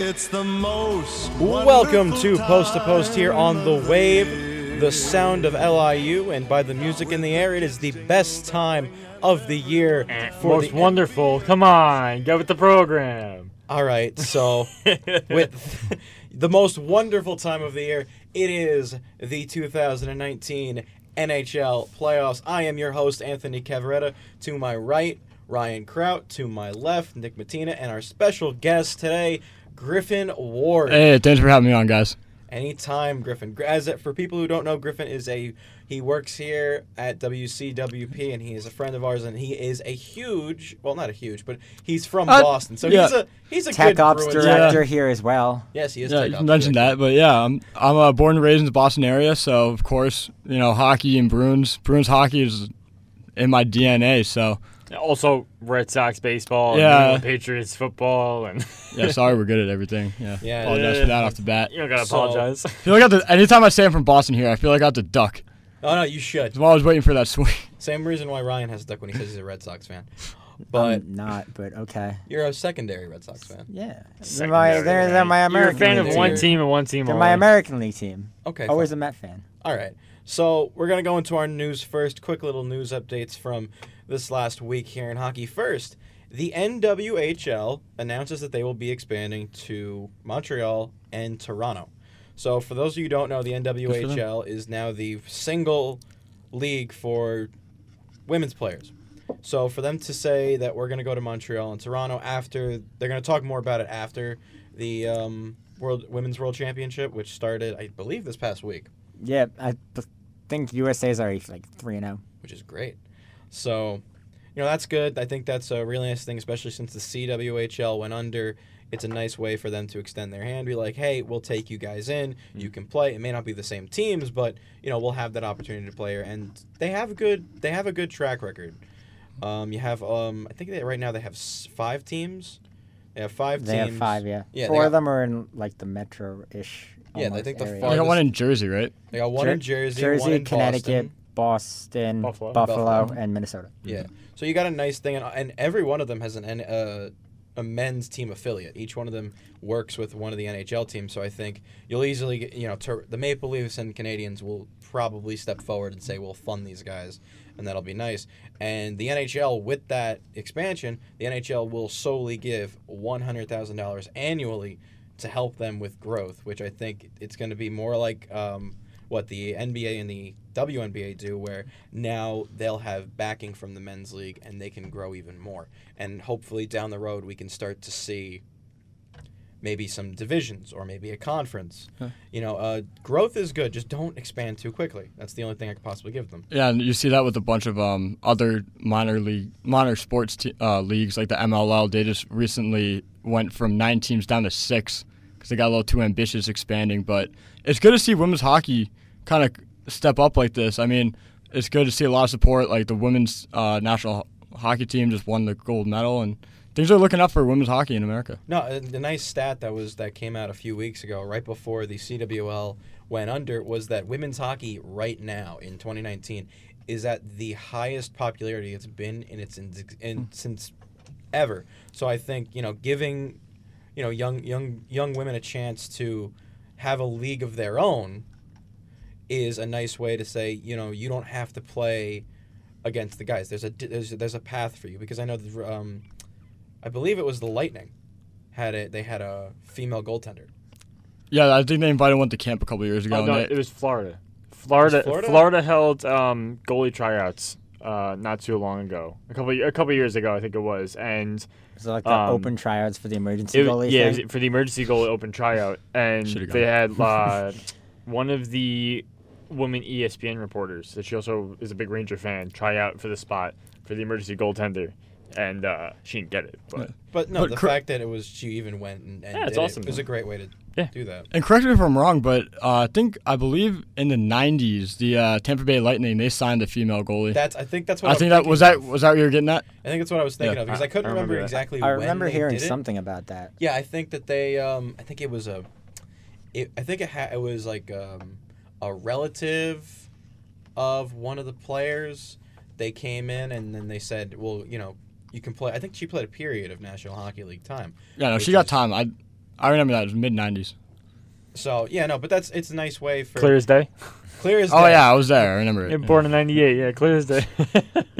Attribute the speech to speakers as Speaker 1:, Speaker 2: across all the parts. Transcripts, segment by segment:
Speaker 1: It's the most
Speaker 2: Welcome to
Speaker 1: wonderful
Speaker 2: Post to Post here
Speaker 1: time
Speaker 2: on the
Speaker 1: of
Speaker 2: Wave, the sound of LIU, and by the music in the air, it is the best time of the year for
Speaker 3: Most
Speaker 2: the
Speaker 3: wonderful. Come on, go with the program.
Speaker 2: All right, so with the most wonderful time of the year, it is the 2019 NHL playoffs. I am your host Anthony Cavaretta. To my right, Ryan Kraut. To my left, Nick Matina, and our special guest today, Griffin Ward.
Speaker 4: Hey, thanks for having me on, guys.
Speaker 2: Anytime, Griffin. Gr- As for people who don't know, Griffin is a he works here at WCWP, and he is a friend of ours, and he is a huge well, not a huge, but he's from
Speaker 4: Uh,
Speaker 2: Boston, so
Speaker 4: yeah.
Speaker 2: he's a he's a
Speaker 5: Tech
Speaker 2: good
Speaker 5: ops
Speaker 2: Bruins
Speaker 5: director
Speaker 4: Yeah.
Speaker 5: here as well.
Speaker 2: Yes, he is.
Speaker 4: Yeah,
Speaker 2: tech
Speaker 4: you
Speaker 2: ops
Speaker 4: mentioned
Speaker 2: director.
Speaker 4: that, but yeah, I'm I'm uh, born and raised in the Boston area, so of course, you know, hockey and Bruins, Bruins hockey is in my DNA. So
Speaker 3: Also, Red Sox baseball, and
Speaker 4: Yeah.
Speaker 3: New England Patriots football, and
Speaker 4: yeah, sorry, we're good at everything. Yeah,
Speaker 2: Yeah.
Speaker 4: apologize for that Oh, off the bat.
Speaker 3: you don't gotta
Speaker 2: So-
Speaker 3: apologize.
Speaker 4: I feel like I have to, anytime I say I'm from Boston here, I feel like I have to duck.
Speaker 2: Oh no, you should.
Speaker 4: I'm always waiting for that swing.
Speaker 2: Same reason why Ryan has a duck when he says he's a Red Sox fan, but
Speaker 5: I'm not, but okay.
Speaker 2: you're a secondary Red Sox fan.
Speaker 5: Yeah. They're my, they're, they're my
Speaker 3: You're a
Speaker 5: American
Speaker 3: fan of
Speaker 5: League team.
Speaker 3: one team and one team
Speaker 5: They're
Speaker 3: only.
Speaker 5: my American League team.
Speaker 2: Okay.
Speaker 5: Always a Met fan.
Speaker 2: All right. So we're gonna go into our news first. Quick little news updates from this last week here in hockey. First, the NWHL announces that they will be expanding to Montreal and Toronto. So for those of you who don't know, the NWHL is now the single league for women's players. So for them to say that we're going to go to Montreal and Toronto after they're going to talk more about it after the um, World Women's World Championship, which started I believe this past week.
Speaker 5: Yeah, I b- think USA's already like oh. 3 0.
Speaker 2: which is great. So, you know, that's good. I think that's a really nice thing, especially since the CWHL went under. It's a nice way for them to extend their hand, be like, hey, we'll take you guys in. You
Speaker 5: Mm.
Speaker 2: can play. It may not be the same teams, but you know, we'll have that opportunity to play. And they have good. They have a good track record. Um, you have, um, I think they, right now they have s- five teams. They have five
Speaker 5: They
Speaker 2: teams.
Speaker 5: have five, yeah.
Speaker 2: Yeah, they
Speaker 5: Four
Speaker 2: got-
Speaker 5: of them are in like the metro ish.
Speaker 2: Yeah, they think the
Speaker 5: area.
Speaker 4: I
Speaker 2: farthest-
Speaker 4: got one in Jersey, right?
Speaker 2: They got one in
Speaker 5: Jer-
Speaker 2: Jersey,
Speaker 5: Jersey,
Speaker 2: one in
Speaker 5: Connecticut,
Speaker 2: Boston.
Speaker 5: Boston,
Speaker 3: Buffalo.
Speaker 5: Buffalo,
Speaker 2: Buffalo.
Speaker 5: and Minnesota.
Speaker 2: Yeah. Mm-hmm. So you got a nice thing, and, and every one of them has an N- uh, a men's team affiliate. Each one of them works with one of the NHL teams. So I think you'll easily get, you know, Tur- the Maple Leafs and Canadians will probably step forward and say, we'll fund these guys, and that'll be nice. And the NHL, with that expansion, the NHL will solely give $100,000 annually to help them with growth, which I think it's going to be more like um, what the NBA and the WNBA do, where now they'll have backing from the men's league and they can grow even more. And hopefully down the road, we can start to see maybe some divisions or maybe a conference. You know, uh, growth is good. Just don't expand too quickly. That's the only thing I could possibly give them.
Speaker 4: Yeah, and you see that with a bunch of um, other minor league, minor sports te- uh, leagues like the MLL. They just recently went from nine teams down to six because they got a little too ambitious expanding. But it's good to see women's hockey kind of step up like this. I mean, it's good to see a lot of support. Like the women's uh, national ho- hockey team just won the gold medal, and things are looking up for women's hockey in America.
Speaker 2: No, uh, the nice stat that was that came out a few weeks ago, right before the CWL went under, was that women's hockey right now in 2019 is at the highest popularity it's been in its in, in since ever. So I think you know giving you know young young young women a chance to have a league of their own is a nice way to say you know you don't have to play against the guys. There's a di- there's there's a path for you because I know the, um, I believe it was the Lightning had it. They had a female goaltender.
Speaker 4: Yeah, I think they invited one to camp a couple years ago.
Speaker 3: Oh,
Speaker 4: and
Speaker 3: no,
Speaker 4: they-
Speaker 3: it was Florida. Florida,
Speaker 2: Florida?
Speaker 3: Florida, held um, goalie tryouts uh, not too long ago, a couple a couple years ago, I think it was, and
Speaker 5: So like the
Speaker 3: Um,
Speaker 5: open tryouts for the emergency
Speaker 3: it,
Speaker 5: goalie
Speaker 3: was- yeah, it
Speaker 5: thing.
Speaker 3: was for the emergency goalie open tryout, and
Speaker 4: Should've
Speaker 3: they had uh, one of the E woman ESPN reporters that she also is a big Ranger fan try out for the spot for the emergency goaltender, and uh, she didn't get it, but
Speaker 2: But no,
Speaker 4: But
Speaker 2: the
Speaker 4: cor-
Speaker 2: fact that it was she even went and, and
Speaker 3: Yeah, it's
Speaker 2: did it
Speaker 3: awesome,
Speaker 2: was
Speaker 3: though.
Speaker 2: a great way to
Speaker 3: Yeah.
Speaker 2: do that.
Speaker 4: And correct me if I'm wrong, but uh, I think I believe in the '90s, the uh, Tampa Bay Lightning they signed a female goalie.
Speaker 2: That's I think that's what I,
Speaker 4: I think that was that was that what you were getting at.
Speaker 2: I think that's what I was thinking
Speaker 4: Yeah.
Speaker 2: of because I,
Speaker 3: I-
Speaker 2: couldn't
Speaker 3: I
Speaker 2: remember,
Speaker 3: remember that.
Speaker 2: exactly.
Speaker 5: I
Speaker 2: when
Speaker 5: remember
Speaker 2: they
Speaker 5: hearing
Speaker 2: did it.
Speaker 5: something about that.
Speaker 2: Yeah, I think that they. Um, I think it was a. It, I think it, ha- it was like um, a relative of one of the players. They came in and then they said, "Well, you know, you can play." I think she played a period of National Hockey League time.
Speaker 4: Yeah, no,
Speaker 2: which
Speaker 4: she got
Speaker 2: is-
Speaker 4: time. I I remember that it was mid '90s.
Speaker 2: So yeah, no, but that's it's a nice way for
Speaker 3: Clear as day.
Speaker 2: clear as
Speaker 4: Oh
Speaker 2: day.
Speaker 4: yeah, I was there. I remember it.
Speaker 3: Yeah,
Speaker 4: yeah.
Speaker 3: born in '98. Yeah, clear as day.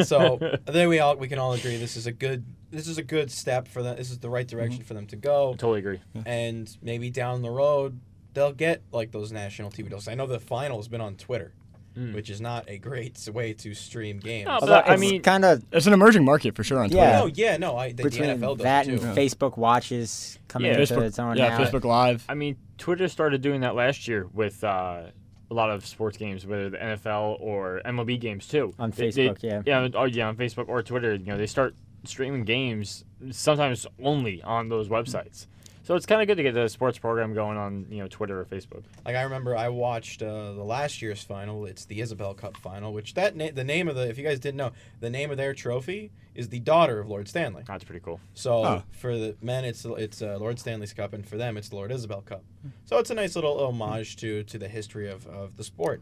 Speaker 2: so I think we all we can all agree this is a good this is a good step for them. This is the right direction
Speaker 5: Mm-hmm.
Speaker 2: for them to go,
Speaker 3: totally agree.
Speaker 2: and maybe down the road they'll get like those national TV deals. I know the final has been on Twitter,
Speaker 3: Mm.
Speaker 2: which is not a great s- way to stream games.
Speaker 3: No,
Speaker 2: Oh,
Speaker 3: but-
Speaker 5: Although
Speaker 3: I
Speaker 5: it's
Speaker 3: mean-
Speaker 5: kind of
Speaker 4: It's an emerging market for sure on Twitter.
Speaker 5: Yeah.
Speaker 2: yeah, no, I the, the
Speaker 5: between
Speaker 2: NFL does
Speaker 5: that and
Speaker 2: too.
Speaker 5: Facebook watches coming
Speaker 3: Yeah.
Speaker 5: into
Speaker 4: Facebook-
Speaker 5: its own
Speaker 4: yeah,
Speaker 5: now.
Speaker 4: Facebook Live.
Speaker 3: I mean, Twitter started doing that last year with uh, a lot of sports games, whether the NFL or MLB games too.
Speaker 5: On
Speaker 3: They- they-
Speaker 5: Facebook, yeah.
Speaker 3: Yeah, oh, yeah, on Facebook or Twitter. You know, they start streaming games sometimes only on those websites. So it's kind of good to get the sports program going on, you know, Twitter or Facebook.
Speaker 2: Like I remember, I watched uh, the last year's final. It's the Isabel Cup final, which that na- the name of the if you guys didn't know, the name of their trophy is the daughter of Lord Stanley.
Speaker 3: That's pretty cool.
Speaker 2: So
Speaker 4: Oh.
Speaker 2: for the men, it's it's uh, Lord Stanley's Cup, and for them, it's Lord Isabel Cup. So it's a nice little homage to to the history of, of the sport.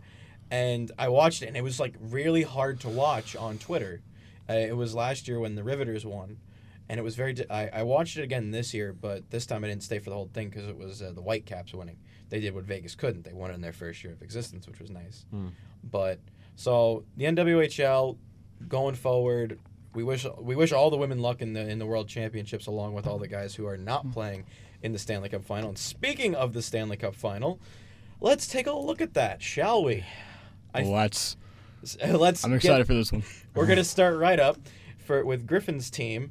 Speaker 2: And I watched it, and it was like really hard to watch on Twitter. Uh, it was last year when the Riveters won, and it was very. Di- I, I watched it again this year, but this time I didn't stay for the whole thing because it was uh, the Whitecaps winning. They did what Vegas couldn't. They won in their first year of existence, which was nice. But so the NWHL going forward, we wish we wish all the women luck in the in the World Championships, along with all the guys who are not playing in the Stanley Cup Final. And speaking of the Stanley Cup Final, let's take a look at that, shall we? I-
Speaker 4: Let's.
Speaker 2: Let's.
Speaker 4: I'm
Speaker 2: get-
Speaker 4: excited for this one.
Speaker 2: we're gonna start right up for with Griffin's team.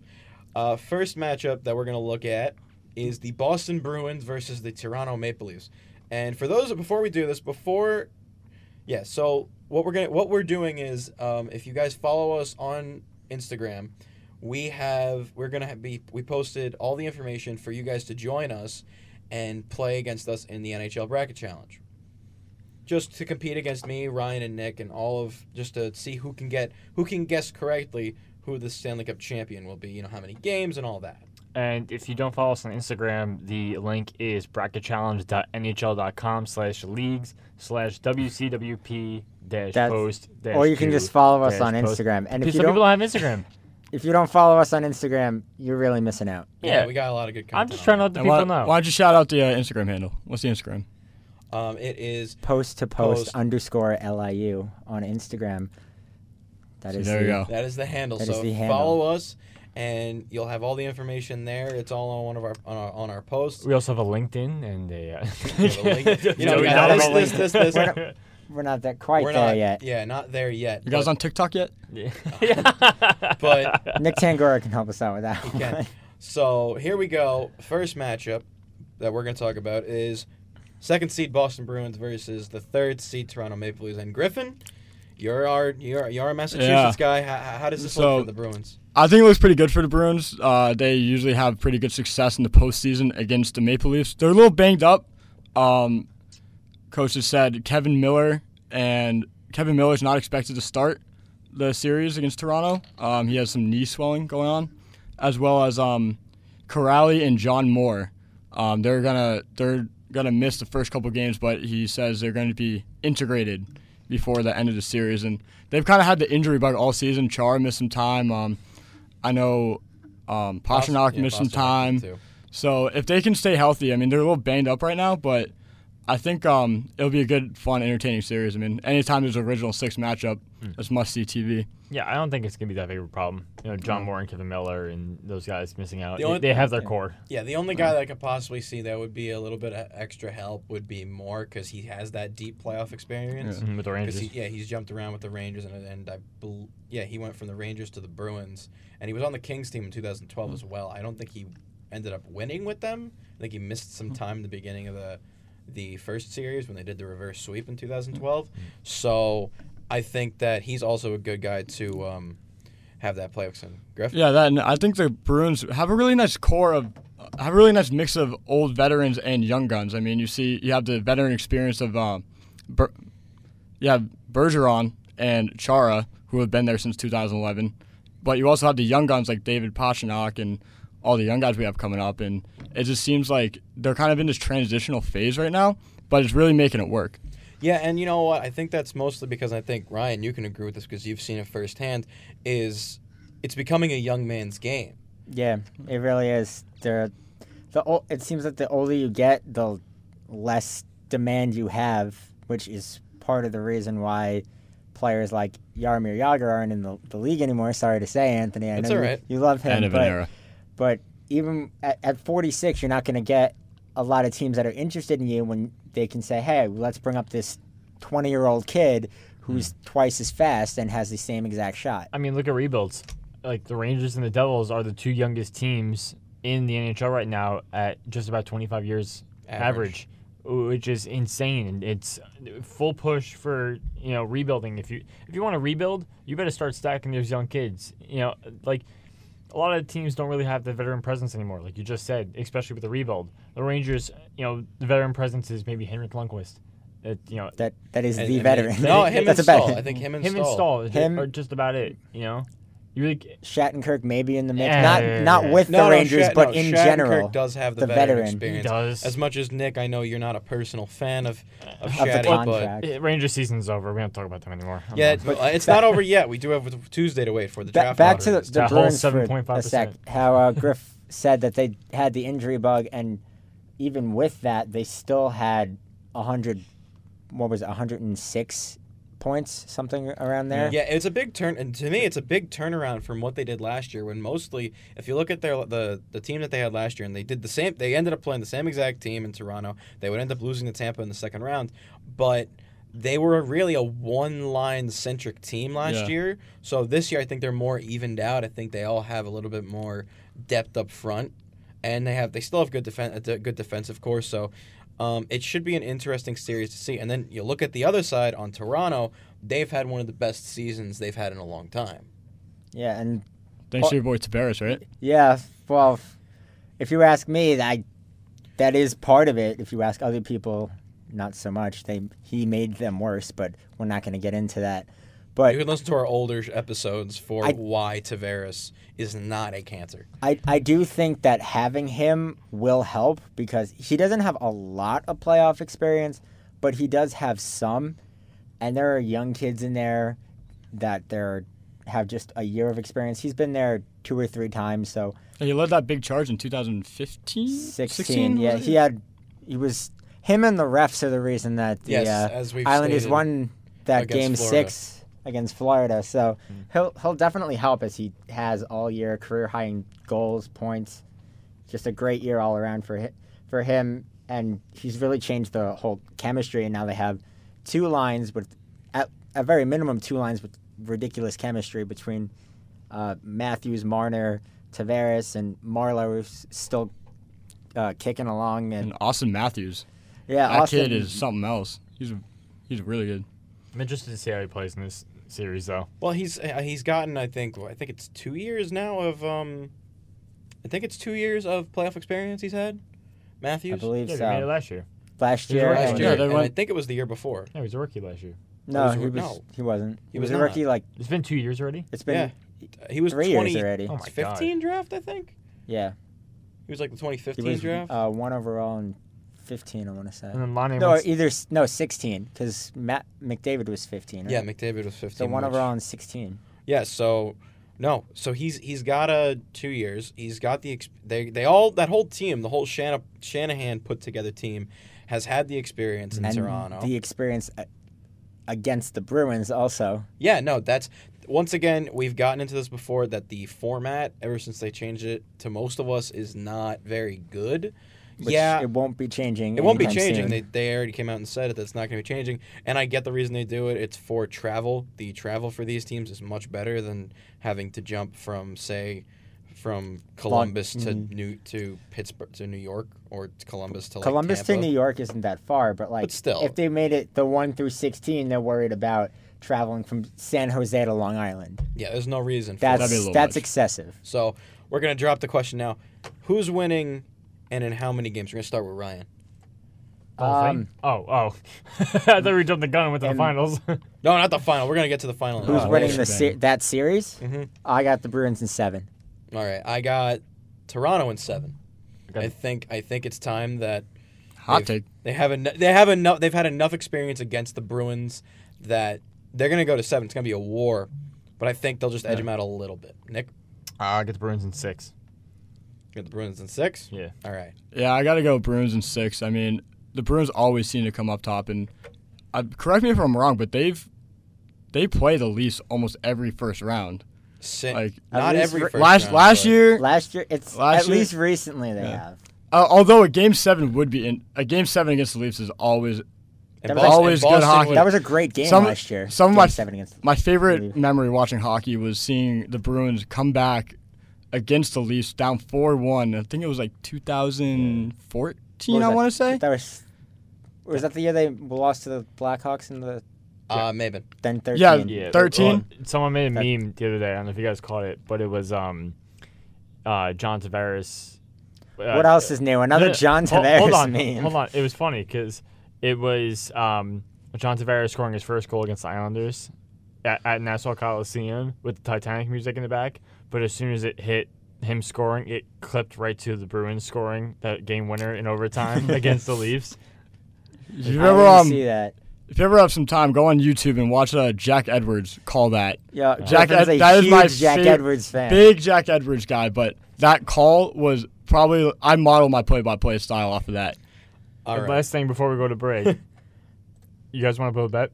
Speaker 2: Uh, first matchup that we're gonna look at is the Boston Bruins versus the Toronto Maple Leafs. And for those before we do this, before yeah, so what we're gonna what we're doing is um, if you guys follow us on Instagram, we have we're gonna be we posted all the information for you guys to join us and play against us in the NHL bracket challenge just to compete against me, Ryan, and Nick, and all of just to see who can get who can guess correctly who the Stanley Cup champion will be. You know how many games and all that.
Speaker 3: And if you don't follow us on Instagram, the link is bracketchallenge.nhl.com slash leagues slash WCWP dash
Speaker 5: That's-
Speaker 3: post dash
Speaker 5: Or you can
Speaker 3: two
Speaker 5: just follow us
Speaker 3: dash
Speaker 5: on
Speaker 3: post.
Speaker 5: Instagram. And if you
Speaker 3: Some people
Speaker 5: don't,
Speaker 3: don't have Instagram.
Speaker 5: if you don't follow us on Instagram, you're really missing out.
Speaker 3: Yeah.
Speaker 2: we got a lot of good content.
Speaker 3: I'm just trying to let the
Speaker 4: And why,
Speaker 3: people know.
Speaker 4: why don't you shout out the uh, Instagram handle? What's the Instagram?
Speaker 2: to. Um, it is
Speaker 5: Post to post,
Speaker 2: Post.
Speaker 5: underscore liu on Instagram. That
Speaker 4: See,
Speaker 5: is
Speaker 4: there
Speaker 5: the,
Speaker 4: you go.
Speaker 2: that is the handle.
Speaker 5: That
Speaker 2: so
Speaker 5: is the handle.
Speaker 2: follow us, and you'll have all the information there. It's all on one of our on our, on our posts.
Speaker 3: We also have a LinkedIn and a. Uh,
Speaker 2: link- you know,
Speaker 3: we
Speaker 5: we
Speaker 3: got
Speaker 5: got
Speaker 3: a
Speaker 5: this,
Speaker 2: this, this,
Speaker 3: link.
Speaker 2: this.
Speaker 5: We're not that quite
Speaker 2: We're
Speaker 5: there
Speaker 2: not
Speaker 5: yet.
Speaker 2: yeah not there yet.
Speaker 4: You guys
Speaker 2: but-
Speaker 4: on TikTok yet?
Speaker 3: Yeah.
Speaker 2: But-
Speaker 5: Nick Tangora can help us out with that.
Speaker 2: He can.
Speaker 5: one.
Speaker 2: So here we go. First matchup that we're going to talk about is second seed Boston Bruins versus the third seed Toronto Maple Leafs. And Griffin, you're our you're you're a Massachusetts guy. How, how- how does this
Speaker 4: So-
Speaker 2: look for the Bruins?
Speaker 4: I think it looks pretty good for the Bruins. Uh, they usually have pretty good success in the postseason against the Maple Leafs. They're a little banged up. Um, coach has said Kevin Miller and Kevin Miller is not expected to start the series against Toronto. Um, he has some knee swelling going on, as well as um, Corrali and John Moore. Um, they're gonna they're gonna miss the first couple games, but he says they're going to be integrated before the end of the series. And they've kind of had the injury bug all season. Char missed some time. Um, I know um, Pasternak
Speaker 2: Yeah,
Speaker 4: missed some
Speaker 2: Pasternak did
Speaker 4: time.
Speaker 2: too.
Speaker 4: So if they can stay healthy, I mean they're a little banged up right now, but I think um, it'll be a good, fun, entertaining series. I mean, anytime there's an original six matchup, it's must see TV.
Speaker 3: yeah, I don't think it's gonna be that big of a problem. You know, John Moore and Kevin Miller and those guys missing out.
Speaker 2: The only-
Speaker 3: they have their core.
Speaker 2: Yeah, the only guy that I could possibly see that would be a little bit of extra help would be Moore because he has that deep playoff experience.
Speaker 3: Mhm, With the Rangers.
Speaker 2: Because he, yeah, he's jumped around with the Rangers, and, and I bel yeah, he went from the Rangers to the Bruins, and he was on the Kings team in 2012 as well. I don't think he ended up winning with them. I think he missed some time in the beginning of the the first series when they did the reverse sweep in 2012. So I think that he's also a good guy to um, have that playoffs in. Griff,
Speaker 4: Yeah, that. And I think the Bruins have a really nice core of, have a really nice mix of old veterans and young guns. I mean, you see, you have the veteran experience of, um, Ber- you have Bergeron and Chara who have been there since 2011, but you also have the young guns like David Pasternak and all the young guys we have coming up, and it just seems like they're kind of in this transitional phase right now, but it's really making it work.
Speaker 2: Yeah, and you know what? I think that's mostly because I think Ryan, you can agree with this because you've seen it firsthand. Is it's becoming a young man's game.
Speaker 5: Yeah, it really is. They're the o- it seems that the older you get, the less demand you have, which is part of the reason why players like Yarmir Yager aren't in the, the league anymore. Sorry to say, Anthony. I
Speaker 2: That's
Speaker 5: know
Speaker 2: all
Speaker 5: you-
Speaker 2: right.
Speaker 5: you, love him,
Speaker 4: End of
Speaker 5: but
Speaker 4: an era.
Speaker 5: but even at, at 46, you're not going to get a lot of teams that are interested in you when they can say, hey, let's bring up this 20 year old kid
Speaker 2: Hmm.
Speaker 5: who's twice as fast and has the same exact shot.
Speaker 3: I mean, look at rebuilds. Like the Rangers and the Devils are the two youngest teams in the NHL right now at just about 25 years average,
Speaker 2: Average.
Speaker 3: which is insane. And It's full push for you know rebuilding. If you if you want to rebuild, you better start stacking those young kids. You know, like a lot of teams don't really have the veteran presence anymore, like you just said, especially with the rebuild. The Rangers, you know, the veteran presence is maybe Henrik Lundqvist. That you know,
Speaker 5: That That is
Speaker 2: And-
Speaker 5: the
Speaker 2: and
Speaker 5: veteran.
Speaker 2: they- no, him
Speaker 5: That's
Speaker 2: and
Speaker 5: about
Speaker 2: Stahl.
Speaker 5: it.
Speaker 2: I think him and
Speaker 3: him and
Speaker 2: Stahl.
Speaker 3: Stahl
Speaker 5: Him-
Speaker 3: are just about it. You know, you really
Speaker 5: Shattenkirk maybe in the mix.
Speaker 3: Yeah,
Speaker 5: not
Speaker 3: yeah, yeah,
Speaker 5: not
Speaker 3: yeah.
Speaker 5: with
Speaker 2: No,
Speaker 5: the
Speaker 2: no,
Speaker 5: Rangers,
Speaker 2: Shat-
Speaker 5: but
Speaker 2: no,
Speaker 5: in
Speaker 2: Shattenkirk
Speaker 5: general.
Speaker 2: does have the,
Speaker 5: the
Speaker 2: veteran,
Speaker 5: veteran. He
Speaker 2: experience.
Speaker 3: does.
Speaker 2: As much as Nick, I know you're not a personal fan of of,
Speaker 5: Of the
Speaker 2: Shatty,
Speaker 5: contract.
Speaker 2: but
Speaker 3: Eh, Ranger season's over. We don't talk about them anymore. I'm
Speaker 2: yeah,
Speaker 3: done.
Speaker 2: but uh, it's not over yet. We do have Tuesday to wait for the
Speaker 5: Ba-
Speaker 2: draft.
Speaker 5: back to the,
Speaker 2: lottery.
Speaker 5: the
Speaker 3: That whole
Speaker 5: Bruins for a
Speaker 3: 7.5%.
Speaker 5: sec. How uh, Griff said that they had the injury bug, and even with that, they still had hundred. What was it? hundred and six points, something around there.
Speaker 2: Yeah, it's a big turn, and to me, it's a big turnaround from what they did last year. When mostly, if you look at their the the team that they had last year, and they did the same, they ended up playing the same exact team in Toronto. They would end up losing to Tampa in the second round, but they were really a one line centric team last
Speaker 4: Yeah.
Speaker 2: year. So this year, I think they're more evened out. I think they all have a little bit more depth up front, and they have they still have good defense, good defensive core. So. Um, it should be an interesting series to see. And then you look at the other side on Toronto, they've had one of the best seasons they've had in a long time.
Speaker 5: Yeah, and
Speaker 4: Thanks to your boy Tavares, right?
Speaker 5: yeah. Well, if you ask me, I that is part of it. If you ask other people, not so much. They he made them worse, but we're not going to get into that. But
Speaker 2: You can listen to our older episodes for
Speaker 5: I-
Speaker 2: why Tavares is not a cancer.
Speaker 5: I, I do think that having him will help because he doesn't have a lot of playoff experience, but he does have some. And there are young kids in there that they're have just a year of experience. He's been there two or three times, so
Speaker 4: And he led that big charge in 2015?
Speaker 5: 16.
Speaker 4: 16,
Speaker 5: yeah,
Speaker 4: was
Speaker 5: he
Speaker 4: it?
Speaker 5: had he was him and the refs are the reason that the
Speaker 2: yes,
Speaker 5: uh,
Speaker 2: as we've
Speaker 5: Islanders
Speaker 2: stated.
Speaker 5: won that
Speaker 2: against
Speaker 5: game
Speaker 2: Florida. Mm.
Speaker 5: 6 against Florida. So he'll he'll definitely help as he has all year career high in goals, points. Just a great year all around for hi- for him and he's really changed the whole chemistry and now they have two lines with at at very minimum two lines with ridiculous chemistry between uh, Matthews, Marner, Tavares, and Marlowe is still uh, kicking along. And
Speaker 4: And Austin Matthews.
Speaker 5: yeah,
Speaker 4: That
Speaker 5: Austin,
Speaker 4: kid is something else. He's he's really good.
Speaker 3: I'm interested to see how he plays in this series, though.
Speaker 2: Well, he's uh, he's gotten I think I think it's two years now of um, I think it's two years of playoff experience he's had.
Speaker 5: I
Speaker 2: Matthews
Speaker 5: believe
Speaker 3: Yeah, they made it
Speaker 5: so.
Speaker 3: last year.
Speaker 5: Last
Speaker 3: He was
Speaker 5: year,
Speaker 3: last
Speaker 5: and-
Speaker 2: last year,
Speaker 4: Yeah, they
Speaker 2: and
Speaker 4: won-
Speaker 2: I think it was the year before.
Speaker 3: No, he was a rookie last year.
Speaker 5: no,
Speaker 2: He
Speaker 5: he
Speaker 2: was-
Speaker 5: was
Speaker 2: no.
Speaker 5: he wasn't. He,
Speaker 2: He
Speaker 5: was,
Speaker 2: was
Speaker 5: a rookie. Like
Speaker 3: It's been two years already.
Speaker 5: it's been
Speaker 2: Yeah.
Speaker 5: yeah,
Speaker 2: He was
Speaker 5: three
Speaker 2: 20,
Speaker 5: years already.
Speaker 3: Oh my god.
Speaker 2: 15 draft, I think.
Speaker 5: Yeah,
Speaker 2: He was like the 2015
Speaker 5: he was
Speaker 2: draft.
Speaker 5: uh, one overall in fifteen. I want to say
Speaker 3: And then Lonnie
Speaker 5: no,
Speaker 3: went-
Speaker 5: either s- no sixteen because Matt McDavid was fifteen. Right?
Speaker 2: yeah, McDavid was 15.
Speaker 5: so one
Speaker 2: which-
Speaker 5: overall in sixteen.
Speaker 2: Yeah, so no, so he's he's got a two years. He's got the ex- they they all that whole team, the whole Shana, Shanahan put together team, has had the experience in
Speaker 5: And
Speaker 2: Toronto.
Speaker 5: the experience a- against the Bruins also.
Speaker 2: yeah, no, that's once again we've gotten into this before that the format ever since they changed it to most of us is not very good.
Speaker 5: Which
Speaker 2: yeah,
Speaker 5: it won't be changing.
Speaker 2: It won't be
Speaker 5: anytime
Speaker 2: changing.
Speaker 5: soon.
Speaker 2: They, they already came out and said it. That's not going to be changing. And I get the reason they do it. It's for travel. The travel for these teams is much better than having to jump from say, from Columbus to
Speaker 5: mhm.
Speaker 2: New to Pittsburgh to New York or to Columbus to like,
Speaker 5: Columbus to
Speaker 2: Tampa.
Speaker 5: New York isn't that far, but like
Speaker 2: But still.
Speaker 5: if they made it the one through sixteen, they're worried about traveling from San Jose to Long Island.
Speaker 2: Yeah, there's no reason. For
Speaker 5: That's
Speaker 4: That'd be
Speaker 2: that.
Speaker 4: a little
Speaker 5: that's
Speaker 4: much.
Speaker 5: excessive.
Speaker 2: So we're gonna drop the question now. Who's winning, and in how many games? We're gonna start with Ryan.
Speaker 3: The whole thing?
Speaker 5: Um,
Speaker 3: oh, oh. I thought we jumped the gun and went to the
Speaker 5: and-
Speaker 3: finals.
Speaker 2: No, not the final. We're gonna get to the final. Oh, in a
Speaker 5: Who's
Speaker 2: little
Speaker 5: winning
Speaker 2: bit.
Speaker 5: the se-
Speaker 4: shebang.
Speaker 5: that series?
Speaker 4: Mm-hmm.
Speaker 2: Mhm.
Speaker 5: I got the Bruins in seven.
Speaker 2: All right, I got Toronto in seven.
Speaker 3: Okay.
Speaker 2: I think I think it's time that
Speaker 4: Hot
Speaker 2: If-
Speaker 4: take.
Speaker 2: They have enough. They have enough. They've had enough experience against the Bruins that they're gonna go to seven. It's gonna be a war, but I think they'll just edge them out a little bit. Nick,
Speaker 3: I get the Bruins in six.
Speaker 2: Got the Bruins in six.
Speaker 3: Yeah.
Speaker 2: All right.
Speaker 4: Yeah, I got to go Bruins in six. I mean, the Bruins always seem to come up top, and uh, correct me if I'm wrong, but they've they play the Leafs almost every first round.
Speaker 2: Si-
Speaker 4: Like
Speaker 2: not
Speaker 5: least
Speaker 2: every
Speaker 5: re-
Speaker 2: first
Speaker 4: last
Speaker 2: round,
Speaker 4: last
Speaker 2: but-
Speaker 4: year,
Speaker 5: Last year, it's
Speaker 4: Last
Speaker 5: at
Speaker 4: year-
Speaker 5: least recently they
Speaker 4: Yeah.
Speaker 5: have.
Speaker 4: uh, although a game seven would be in a game seven against the Leafs is always
Speaker 2: and
Speaker 5: That was
Speaker 4: always good
Speaker 2: Boston
Speaker 4: hockey.
Speaker 2: would-
Speaker 5: That was a great game
Speaker 4: Some-
Speaker 5: last year.
Speaker 4: some of
Speaker 5: game
Speaker 4: my-
Speaker 5: seven against.
Speaker 4: my favorite
Speaker 5: Leaf.
Speaker 4: memory watching hockey was seeing the Bruins come back against the Leafs down four one. I think it was like 2014.
Speaker 5: what
Speaker 4: I
Speaker 5: was that?
Speaker 4: want to say.
Speaker 5: that was. Was that the year they lost to the Blackhawks in the
Speaker 2: uh, Maben.
Speaker 5: then thirteen?
Speaker 4: Yeah,
Speaker 3: Yeah,
Speaker 4: 13?
Speaker 3: well, someone made a
Speaker 5: That-
Speaker 3: meme the other day. I don't know if you guys caught it, but it was um, uh, John Tavares. uh,
Speaker 5: What else is new?
Speaker 3: no,
Speaker 5: Another
Speaker 3: no,
Speaker 5: John
Speaker 3: hol-
Speaker 5: Tavares
Speaker 3: Hold on,
Speaker 5: meme.
Speaker 3: hold on. It was funny because it was um, John Tavares scoring his first goal against the Islanders at, at Nassau Coliseum with the Titanic music in the back. But as soon as it hit him scoring, it clipped right to the Bruins scoring that game winner in overtime against the Leafs.
Speaker 4: If you
Speaker 5: I
Speaker 4: ever
Speaker 5: didn't
Speaker 4: um,
Speaker 5: see that.
Speaker 4: if you ever have some time, go on YouTube and watch uh, Jack Edwards call that.
Speaker 5: Yeah,
Speaker 4: Jack
Speaker 5: Griffin's
Speaker 4: Ed-
Speaker 5: a
Speaker 4: that is my
Speaker 5: huge Jack
Speaker 4: fav-
Speaker 5: Edwards fan.
Speaker 4: Big Jack Edwards guy, but that call was probably I model my play-by-play style off of that.
Speaker 2: All
Speaker 3: And
Speaker 2: right.
Speaker 3: Last thing before we go to break, you guys want to put a bet?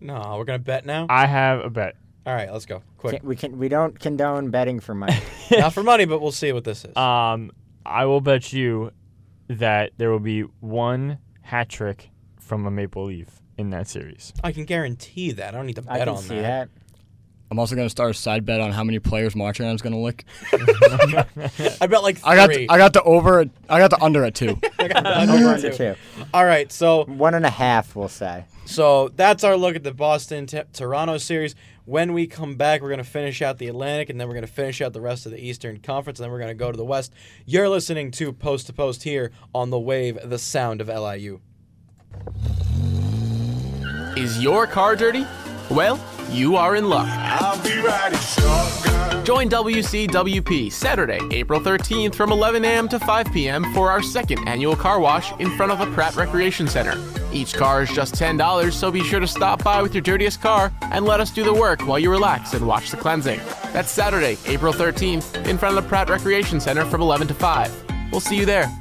Speaker 2: No, we're gonna bet now.
Speaker 4: Uh,
Speaker 3: I have a bet.
Speaker 2: All right, let's go quick.
Speaker 5: Can't- we can we don't condone betting for money.
Speaker 2: Not for money, but we'll see what this is.
Speaker 4: Uh,
Speaker 3: Um, I will bet you that there will be one hat trick from a Maple Leaf in that series.
Speaker 2: I can guarantee that. I don't need to
Speaker 5: I
Speaker 2: bet
Speaker 5: can
Speaker 2: on
Speaker 5: see
Speaker 2: that.
Speaker 5: that.
Speaker 4: I'm also gonna start a side bet on how many players Marchand's gonna lick.
Speaker 2: I bet like three.
Speaker 4: I got I got the over. I got the under at two.
Speaker 2: I got the
Speaker 5: Over
Speaker 2: under
Speaker 5: under
Speaker 2: two.
Speaker 5: two.
Speaker 2: All right, so
Speaker 5: One and a half, we'll say.
Speaker 2: So that's our look at the Boston T- Toronto series. When we come back, we're going to finish out the Atlantic and then we're going to finish out the rest of the Eastern Conference and then we're going to go to the West. You're listening to Post to Post here on the wave, the sound of LIU.
Speaker 1: Is your car dirty? Well, you are in luck.
Speaker 6: I'll be riding shotgun.
Speaker 1: Join WCWP Saturday, April 13th from 11 a.m. to 5 p.m. for our second annual car wash in front of the Pratt Recreation Center. Each car is just $10, so be sure to stop by with your dirtiest car and let us do the work while you relax and watch the cleansing. That's Saturday, April 13th in front of the Pratt Recreation Center from 11 to 5. We'll see you there.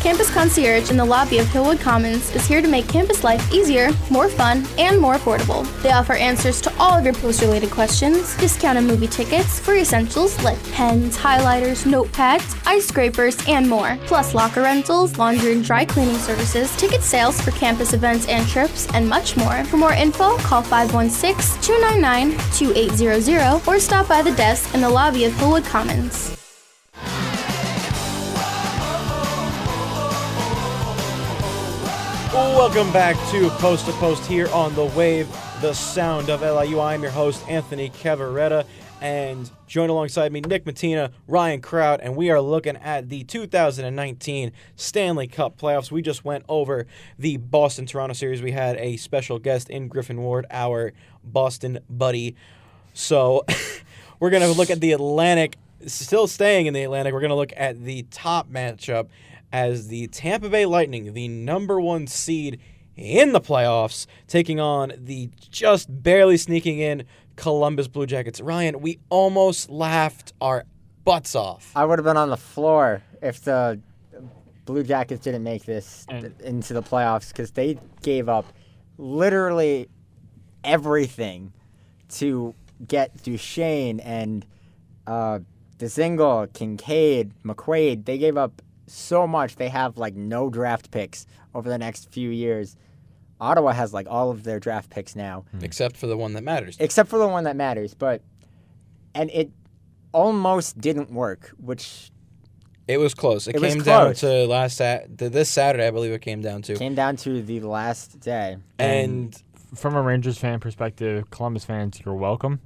Speaker 7: Campus Concierge in the lobby of Hillwood Commons is here to make campus life easier, more fun, and more affordable. They offer answers to all of your post related questions, discounted movie tickets, free essentials like pens, highlighters, notepads, ice scrapers, and more. Plus locker rentals, laundry and dry cleaning services, ticket sales for campus events and trips, and much more. For more info, call 516 299 2800 or stop by the desk in the lobby of Hillwood Commons.
Speaker 2: Welcome back to Post to Post here on the wave, the sound of LIU. I am your host, Anthony Cavaretta, and joined alongside me, Nick Matina, Ryan Kraut, and we are looking at the 2019 Stanley Cup playoffs. We just went over the Boston Toronto series. We had a special guest in Griffin Ward, our Boston buddy. So we're going to look at the Atlantic. Still staying in the Atlantic, we're going to look at the top matchup as the Tampa Bay Lightning, the number one seed in the playoffs, taking on the just barely sneaking in Columbus Blue Jackets. Ryan, we almost laughed our butts off.
Speaker 5: I would have been on the floor if the Blue Jackets didn't make this
Speaker 3: And-
Speaker 5: into the playoffs because they gave up literally everything to get Duchesne and uh, Dzingel, Kincaid, McQuaid. They gave up so much. They have like no draft picks over the next few years. Ottawa has like all of their draft picks now
Speaker 2: Except for the one that matters.
Speaker 5: except for the one that matters. But and it almost didn't work, which
Speaker 2: It was close. It,
Speaker 5: It was
Speaker 2: came down
Speaker 5: close.
Speaker 2: to last sat to this Saturday, I believe it came down to.
Speaker 5: came down to the last day.
Speaker 2: and
Speaker 3: From a Rangers fan perspective, Columbus fans, you're welcome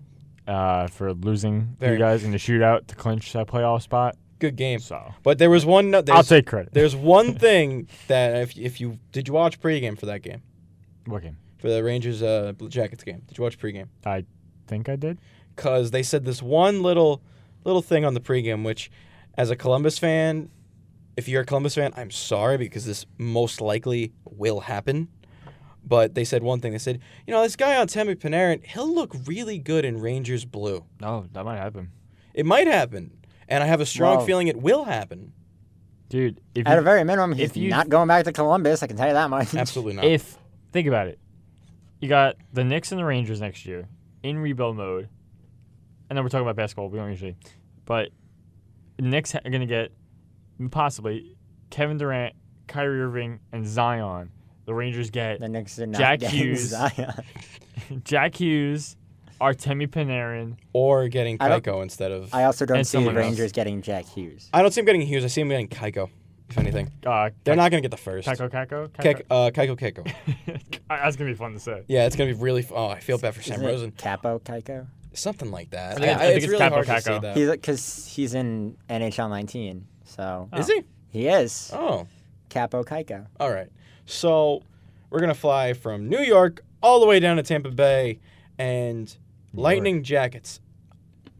Speaker 3: uh, for losing
Speaker 2: Very
Speaker 3: you guys in the shootout to clinch that playoff spot.
Speaker 2: good game.
Speaker 3: So
Speaker 2: But there was one. No,
Speaker 3: I'll
Speaker 2: there's-
Speaker 3: take credit.
Speaker 2: There's one thing that if if you did you watch pregame for that game
Speaker 3: What game?
Speaker 2: for the Rangers uh, Blue Jackets game? Did you watch pregame?
Speaker 3: I think I did.
Speaker 2: because they said this one little little thing on the pregame, which, as a Columbus fan, if you're a Columbus fan, I'm sorry because this most likely will happen. But they said one thing. They said, you know, this guy on Temi Panarin, he'll look really good in Rangers blue.
Speaker 3: No, that might happen.
Speaker 2: It might happen. and I have a strong
Speaker 5: Whoa.
Speaker 2: feeling it will happen.
Speaker 3: dude. If
Speaker 5: At a
Speaker 3: you,
Speaker 5: very minimum, he's
Speaker 3: if you-
Speaker 5: not going back to Columbus. I can tell you that much.
Speaker 2: Absolutely not.
Speaker 3: if think about it, you got the Knicks and the Rangers next year in rebuild mode, and then we're talking about basketball. We don't usually, but the Knicks ha- are going to get possibly Kevin Durant, Kyrie Irving, and Zion. The Rangers get
Speaker 5: The Knicks are not
Speaker 3: Jack
Speaker 5: getting
Speaker 3: Hughes.
Speaker 5: Zion.
Speaker 3: Jack Hughes, Artemi Panarin.
Speaker 2: or getting
Speaker 5: I don't-
Speaker 2: Keiko instead of.
Speaker 5: I
Speaker 2: I,
Speaker 5: also don't
Speaker 3: And
Speaker 5: see the
Speaker 3: someone else.
Speaker 5: Rangers getting Jack Hughes.
Speaker 2: don't see him getting Hughes. I see him getting Keiko, if anything.
Speaker 3: Uh,
Speaker 2: They're not going to get the first.
Speaker 3: Kako Kako. Uh,
Speaker 2: Kek, uh, Keiko Keiko.
Speaker 3: That's gonna be fun to say.
Speaker 2: Yeah, it's going to be really. F- oh, I feel bad for Sam
Speaker 5: Isn't it
Speaker 2: Rosen.
Speaker 5: Capo Kaiko?
Speaker 2: Something like that.
Speaker 3: think
Speaker 2: I-
Speaker 3: it's-
Speaker 2: I-
Speaker 3: I think
Speaker 2: it's
Speaker 3: it's
Speaker 2: really
Speaker 3: Capo
Speaker 2: hard to say
Speaker 3: Caco.
Speaker 2: that.
Speaker 5: He's because he's in NHL 19, so
Speaker 3: Oh.
Speaker 2: Is he?
Speaker 5: he is
Speaker 2: Oh,
Speaker 5: Capo Kaiko.
Speaker 2: all right. So we're going to fly from New York all the way down to Tampa Bay and Lightning Jackets.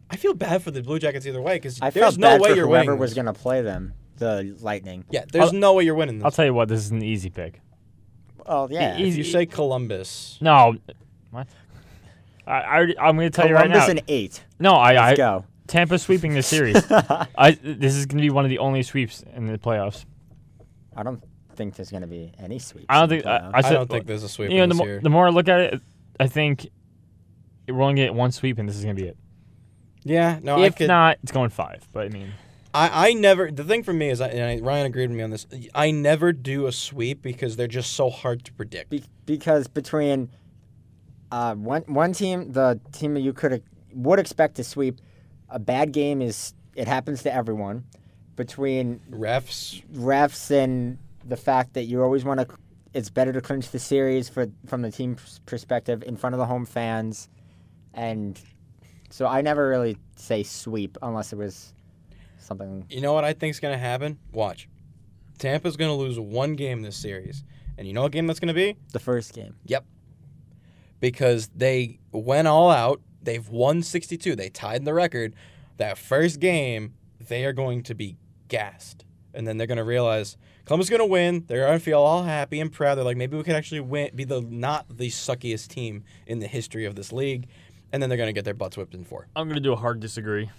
Speaker 2: I feel bad for the Blue Jackets either way because
Speaker 5: I
Speaker 2: there's
Speaker 5: felt
Speaker 2: no
Speaker 5: bad
Speaker 2: way
Speaker 5: for
Speaker 2: you're
Speaker 5: whoever
Speaker 2: winning.
Speaker 5: was
Speaker 2: this.
Speaker 5: going to play them, the Lightning.
Speaker 2: yeah, there's no way you're winning
Speaker 3: I'll
Speaker 2: this.
Speaker 3: tell you what. This is an easy pick.
Speaker 5: Oh yeah,
Speaker 3: Easy.
Speaker 2: If you say Columbus,
Speaker 3: No. What? I, I already- I'm gonna tell you
Speaker 5: Columbus
Speaker 3: right now.
Speaker 5: in eight.
Speaker 3: no, I, I
Speaker 5: Let's go.
Speaker 3: Tampa sweeping this series. I this is gonna be one of the only sweeps in the playoffs.
Speaker 5: I don't think there's going to be any sweeps.
Speaker 3: I don't
Speaker 5: in the
Speaker 3: think I,
Speaker 5: playoffs.
Speaker 3: I,
Speaker 2: I
Speaker 3: said,
Speaker 2: don't think there's a sweep
Speaker 3: you know the,
Speaker 2: this
Speaker 3: mo-
Speaker 2: year.
Speaker 3: the more I look at it, I think we're only gonna get one sweep and this is gonna be it.
Speaker 2: yeah, no, I
Speaker 3: if
Speaker 2: could.
Speaker 3: not, it's going five. But I mean,
Speaker 2: I, I never. The thing for me is, I, and I, Ryan agreed with me on this. I never do a sweep because they're just so hard to predict.
Speaker 5: Be- because between uh, one one team, the team that you could would expect to sweep, a bad game is it happens to everyone. Between
Speaker 2: Refs,
Speaker 5: refs and the fact that you always want to, it's better to clinch the series for from the team's perspective in front of the home fans, and so I never really say sweep unless it was something.
Speaker 2: you know what I think's gonna happen? Watch, Tampa's gonna lose one game this series, and you know what game that's gonna be?
Speaker 5: The first game,
Speaker 2: Yep, because they went all out. They've won 62. They tied the record. That first game, they are going to be gassed, and then they're gonna realize Columbus is gonna win. They're gonna feel all happy and proud. They're like, maybe we could actually win, be the not the suckiest team in the history of this league, and then they're gonna get their butts whipped in four.
Speaker 3: I'm gonna do a hard disagree.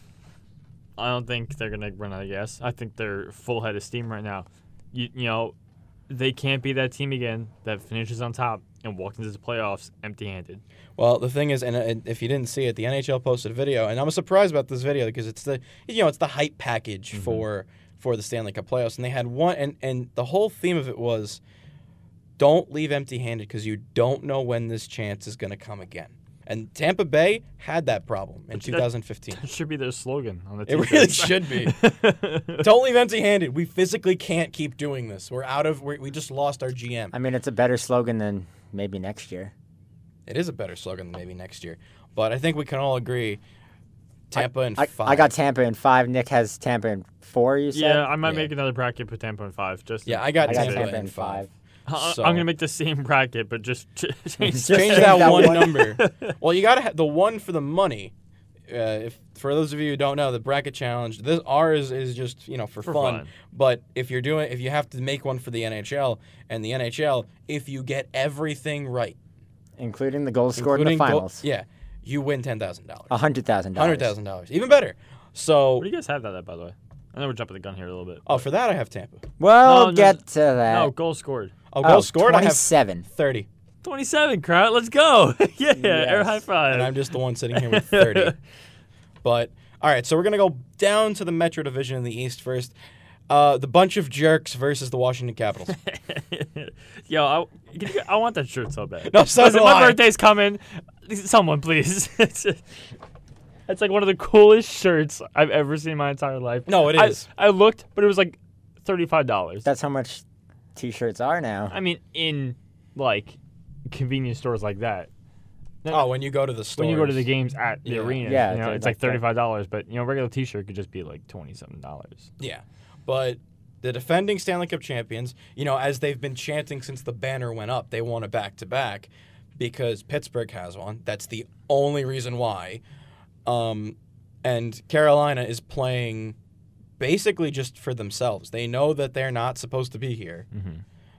Speaker 3: I don't think they're gonna run out of gas. I think they're full head of steam right now. You, you know, they can't be that team again that finishes on top and walks into the playoffs empty-handed.
Speaker 2: Well, the thing is, and, and if you didn't see it, the NHL posted a video, and I'm surprised about this video because it's the you know it's the hype package for for the Stanley Cup playoffs, and they had one, and and the whole theme of it was, don't leave empty-handed because you don't know when this chance is going to come again. And Tampa Bay had that problem in 2015.
Speaker 3: It should be their slogan on the.
Speaker 2: It really should be. Don't leave empty-handed. We physically can't keep doing this. We're out of. we we just lost our GM.
Speaker 5: I mean, it's a better slogan than maybe next year.
Speaker 2: It is a better slogan than maybe next year, but I think we can all agree. Tampa and
Speaker 5: I,
Speaker 2: five.
Speaker 5: I got Tampa in five. Nick has Tampa in four. You said
Speaker 3: Yeah, I might
Speaker 2: Yeah.
Speaker 3: make another bracket for Tampa and five. Just
Speaker 2: Yeah, I got,
Speaker 5: I got
Speaker 2: Tampa,
Speaker 5: Tampa
Speaker 2: in
Speaker 5: in
Speaker 2: five.
Speaker 3: I-
Speaker 2: so-
Speaker 3: I'm gonna make the same bracket, but just ch- change.
Speaker 5: Just
Speaker 2: Change
Speaker 5: change
Speaker 2: that,
Speaker 5: that
Speaker 2: one,
Speaker 5: one.
Speaker 2: number. Well, you got to have the one for the money. Uh, if for those of you who don't know, the bracket challenge, this R is, is just you know for, fun.
Speaker 3: fun.
Speaker 2: But if you're doing, if you have to make one for the NHL and the NHL, if you get everything right,
Speaker 5: including the goals scored in the
Speaker 2: including goal-
Speaker 5: finals. Oh,
Speaker 2: yeah, you win ten thousand dollars,
Speaker 5: A hundred thousand dollars.
Speaker 2: hundred thousand dollars, even better. So,
Speaker 3: What do you guys have that at, by the way? I know we're jumping the gun here a little bit.
Speaker 2: oh, for that I have Tampa.
Speaker 5: Well,
Speaker 3: No, no,
Speaker 5: get to that.
Speaker 3: No goal scored.
Speaker 2: Oh,
Speaker 5: oh,
Speaker 2: goal scored, I
Speaker 5: Twenty-seven.
Speaker 2: have thirty,
Speaker 3: 27, crowd. Let's go. yeah, air
Speaker 5: Yes.
Speaker 3: high five.
Speaker 2: and I'm just the one sitting here with thirty. But all right, so we're gonna go down to the Metro Division in the East first. Uh, the bunch of jerks versus the Washington Capitals.
Speaker 3: Yo, I, can you- I want that shirt so bad.
Speaker 2: No, so
Speaker 3: Listen,
Speaker 2: do
Speaker 3: my
Speaker 2: I.
Speaker 3: birthday's coming. Someone, please. it's it's like one of the coolest shirts I've ever seen in my entire life.
Speaker 2: No, it
Speaker 3: I-
Speaker 2: is.
Speaker 3: I, looked, but it was like thirty-five dollars.
Speaker 5: That's how much t-shirts are now.
Speaker 3: I mean, in like convenience stores like that.
Speaker 2: oh, when you go to the store.
Speaker 3: When you go to the games at the
Speaker 2: Yeah.
Speaker 3: arena,
Speaker 5: Yeah,
Speaker 3: you know,
Speaker 5: they're
Speaker 3: it's
Speaker 5: like
Speaker 3: like
Speaker 5: that.
Speaker 3: thirty-five dollars, but you know, a regular T-shirt could just be like twenty-something dollars.
Speaker 2: Yeah, but the defending Stanley Cup champions, you know, as they've been chanting since the banner went up, they want a back to back because Pittsburgh has one. That's the only reason why. Um, and Carolina is playing basically just for themselves. They know that they're not supposed to be here.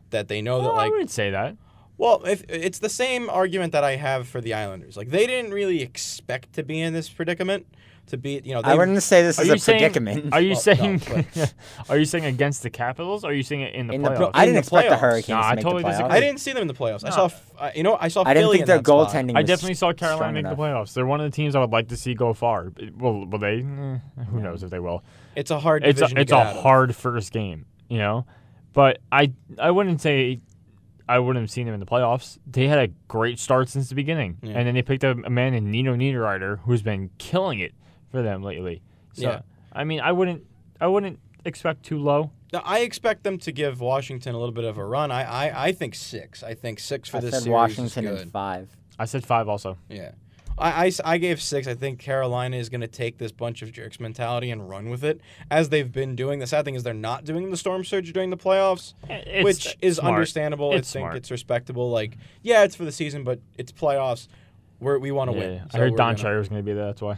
Speaker 2: That they know that
Speaker 3: I
Speaker 2: like
Speaker 3: wouldn't say that.
Speaker 2: Well, if it's the same argument that I have for the Islanders. Like they didn't really expect to be in this predicament. to beat. You know, they,
Speaker 5: I wouldn't say this
Speaker 3: Are
Speaker 5: is
Speaker 3: you
Speaker 5: a
Speaker 3: saying?
Speaker 5: predicament.
Speaker 3: Are you
Speaker 2: Well, no,
Speaker 3: saying? are you saying against the Capitals? Are you saying it in the
Speaker 5: in the
Speaker 3: playoffs?
Speaker 5: pro- I
Speaker 2: In
Speaker 5: didn't
Speaker 2: the
Speaker 5: expect the
Speaker 2: playoffs.
Speaker 5: Hurricanes
Speaker 3: Nah,
Speaker 5: to
Speaker 3: I
Speaker 5: make
Speaker 3: totally
Speaker 5: the playoffs.
Speaker 3: disagree.
Speaker 2: I didn't see them in the playoffs. I saw, f- I- you know, I saw.
Speaker 5: I didn't
Speaker 2: Philly
Speaker 5: think
Speaker 2: in
Speaker 5: their
Speaker 2: that spot.
Speaker 5: goaltending.
Speaker 3: I
Speaker 5: was
Speaker 3: definitely saw
Speaker 5: strong
Speaker 3: Carolina make the
Speaker 5: enough.
Speaker 3: playoffs. They're one of the teams I would like to see go far. It- Will, will they? Eh, who knows if they will.
Speaker 2: It's a hard.
Speaker 3: It's a,
Speaker 2: division to
Speaker 3: it's
Speaker 2: get
Speaker 3: a
Speaker 2: out of.
Speaker 3: hard first game, you know. But I I wouldn't say I wouldn't have seen them in the playoffs. They had a great start since the beginning,
Speaker 2: Yeah.
Speaker 3: and then they picked up a man in Nino Niederreiter who's been killing it for them lately. So
Speaker 2: Yeah.
Speaker 3: I mean, I wouldn't I wouldn't expect too low.
Speaker 2: Now, I expect them to give Washington a little bit of a run. I, I, I think six. I think six for
Speaker 5: I
Speaker 2: this
Speaker 5: said
Speaker 2: series
Speaker 5: Washington
Speaker 2: is
Speaker 5: in
Speaker 2: good.
Speaker 5: five.
Speaker 3: I said five also.
Speaker 2: Yeah. I, I s- I gave six. I think Carolina is going to take this bunch of jerks mentality and run with it, as they've been doing. The sad thing is they're not doing the storm surge during the playoffs,
Speaker 3: It's
Speaker 2: which is
Speaker 3: smart.
Speaker 2: understandable.
Speaker 3: It's
Speaker 2: I think
Speaker 3: smart.
Speaker 2: it's respectable. Like, yeah, it's for the season, but it's playoffs. We're, we want to win.
Speaker 3: Yeah,
Speaker 2: So
Speaker 3: I heard
Speaker 2: we're
Speaker 3: Don
Speaker 2: gonna-
Speaker 3: Shire was going to be there. That's why.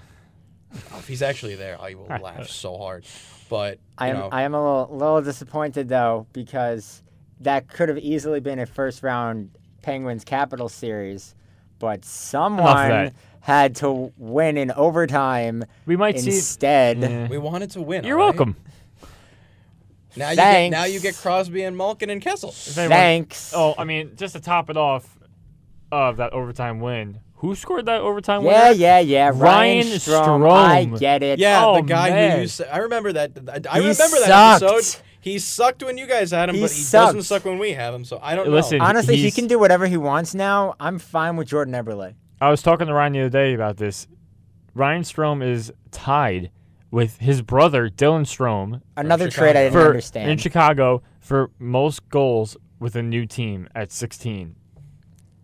Speaker 2: If he's actually there, I will laugh so hard. But
Speaker 5: I
Speaker 2: you
Speaker 5: am
Speaker 2: know,
Speaker 5: I am a little, little disappointed though because that could have easily been a first round Penguins Capital series, but someone
Speaker 3: that.
Speaker 5: had to win in overtime
Speaker 3: We might see.
Speaker 5: instead.
Speaker 3: Yeah.
Speaker 2: we wanted to win.
Speaker 3: You're
Speaker 2: all right?
Speaker 3: welcome.
Speaker 2: Now you get,
Speaker 5: Thanks.
Speaker 2: now you get Crosby and Malkin and Kessel.
Speaker 3: If anyone-
Speaker 5: Thanks.
Speaker 3: Oh, I mean, just to top it off of that overtime win, who scored that overtime win?
Speaker 5: yeah, yeah, yeah. Ryan,
Speaker 3: Ryan
Speaker 5: Strome. I
Speaker 3: Strome.
Speaker 5: get it.
Speaker 2: Yeah,
Speaker 3: Oh,
Speaker 2: the guy
Speaker 3: man.
Speaker 2: who you sa- I remember that. I
Speaker 5: He
Speaker 2: remember that
Speaker 5: sucked.
Speaker 2: episode. He sucked when you guys had him,
Speaker 5: He
Speaker 2: but he doesn't
Speaker 5: sucked.
Speaker 2: suck when we have him. So I don't
Speaker 3: Listen,
Speaker 2: know.
Speaker 5: Honestly, he
Speaker 3: he's-
Speaker 5: can do whatever he wants now. I'm fine with Jordan Eberle.
Speaker 3: I was talking to Ryan the other day about this. Ryan Strom is tied with his brother Dylan Strom
Speaker 5: Another trade
Speaker 2: Chicago.
Speaker 5: I didn't
Speaker 3: for
Speaker 5: understand.
Speaker 3: in Chicago for most goals with a new team at 16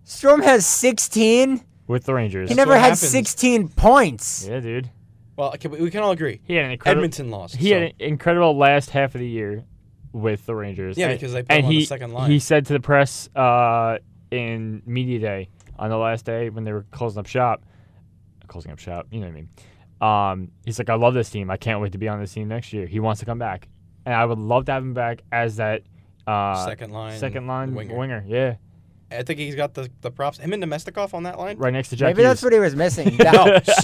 Speaker 5: Strom has 16.
Speaker 3: with the Rangers.
Speaker 5: He never
Speaker 2: what
Speaker 5: had
Speaker 2: happens.
Speaker 5: 16 points.
Speaker 3: yeah, dude.
Speaker 2: Well, okay, we we can all agree.
Speaker 3: He had an incredible
Speaker 2: Edmonton lost.
Speaker 3: He
Speaker 2: so.
Speaker 3: had an incredible last half of the year with the Rangers.
Speaker 2: Yeah,
Speaker 3: And-
Speaker 2: because they put
Speaker 3: and
Speaker 2: him on the
Speaker 3: he,
Speaker 2: second line.
Speaker 3: He said to the press uh, in media day on the last day when they were closing up shop, closing up shop. You know what I mean? Um, he's like, I love this team. I can't wait to be on this team next year. He wants to come back, and I would love to have him back as that uh,
Speaker 2: second line.
Speaker 3: second line
Speaker 2: winger.
Speaker 3: winger. Yeah,
Speaker 2: I think he's got the, the props. Him and Domestikov on that line.
Speaker 3: right next to Jack.
Speaker 5: Maybe that's
Speaker 3: Hughes.
Speaker 5: what he was missing. That-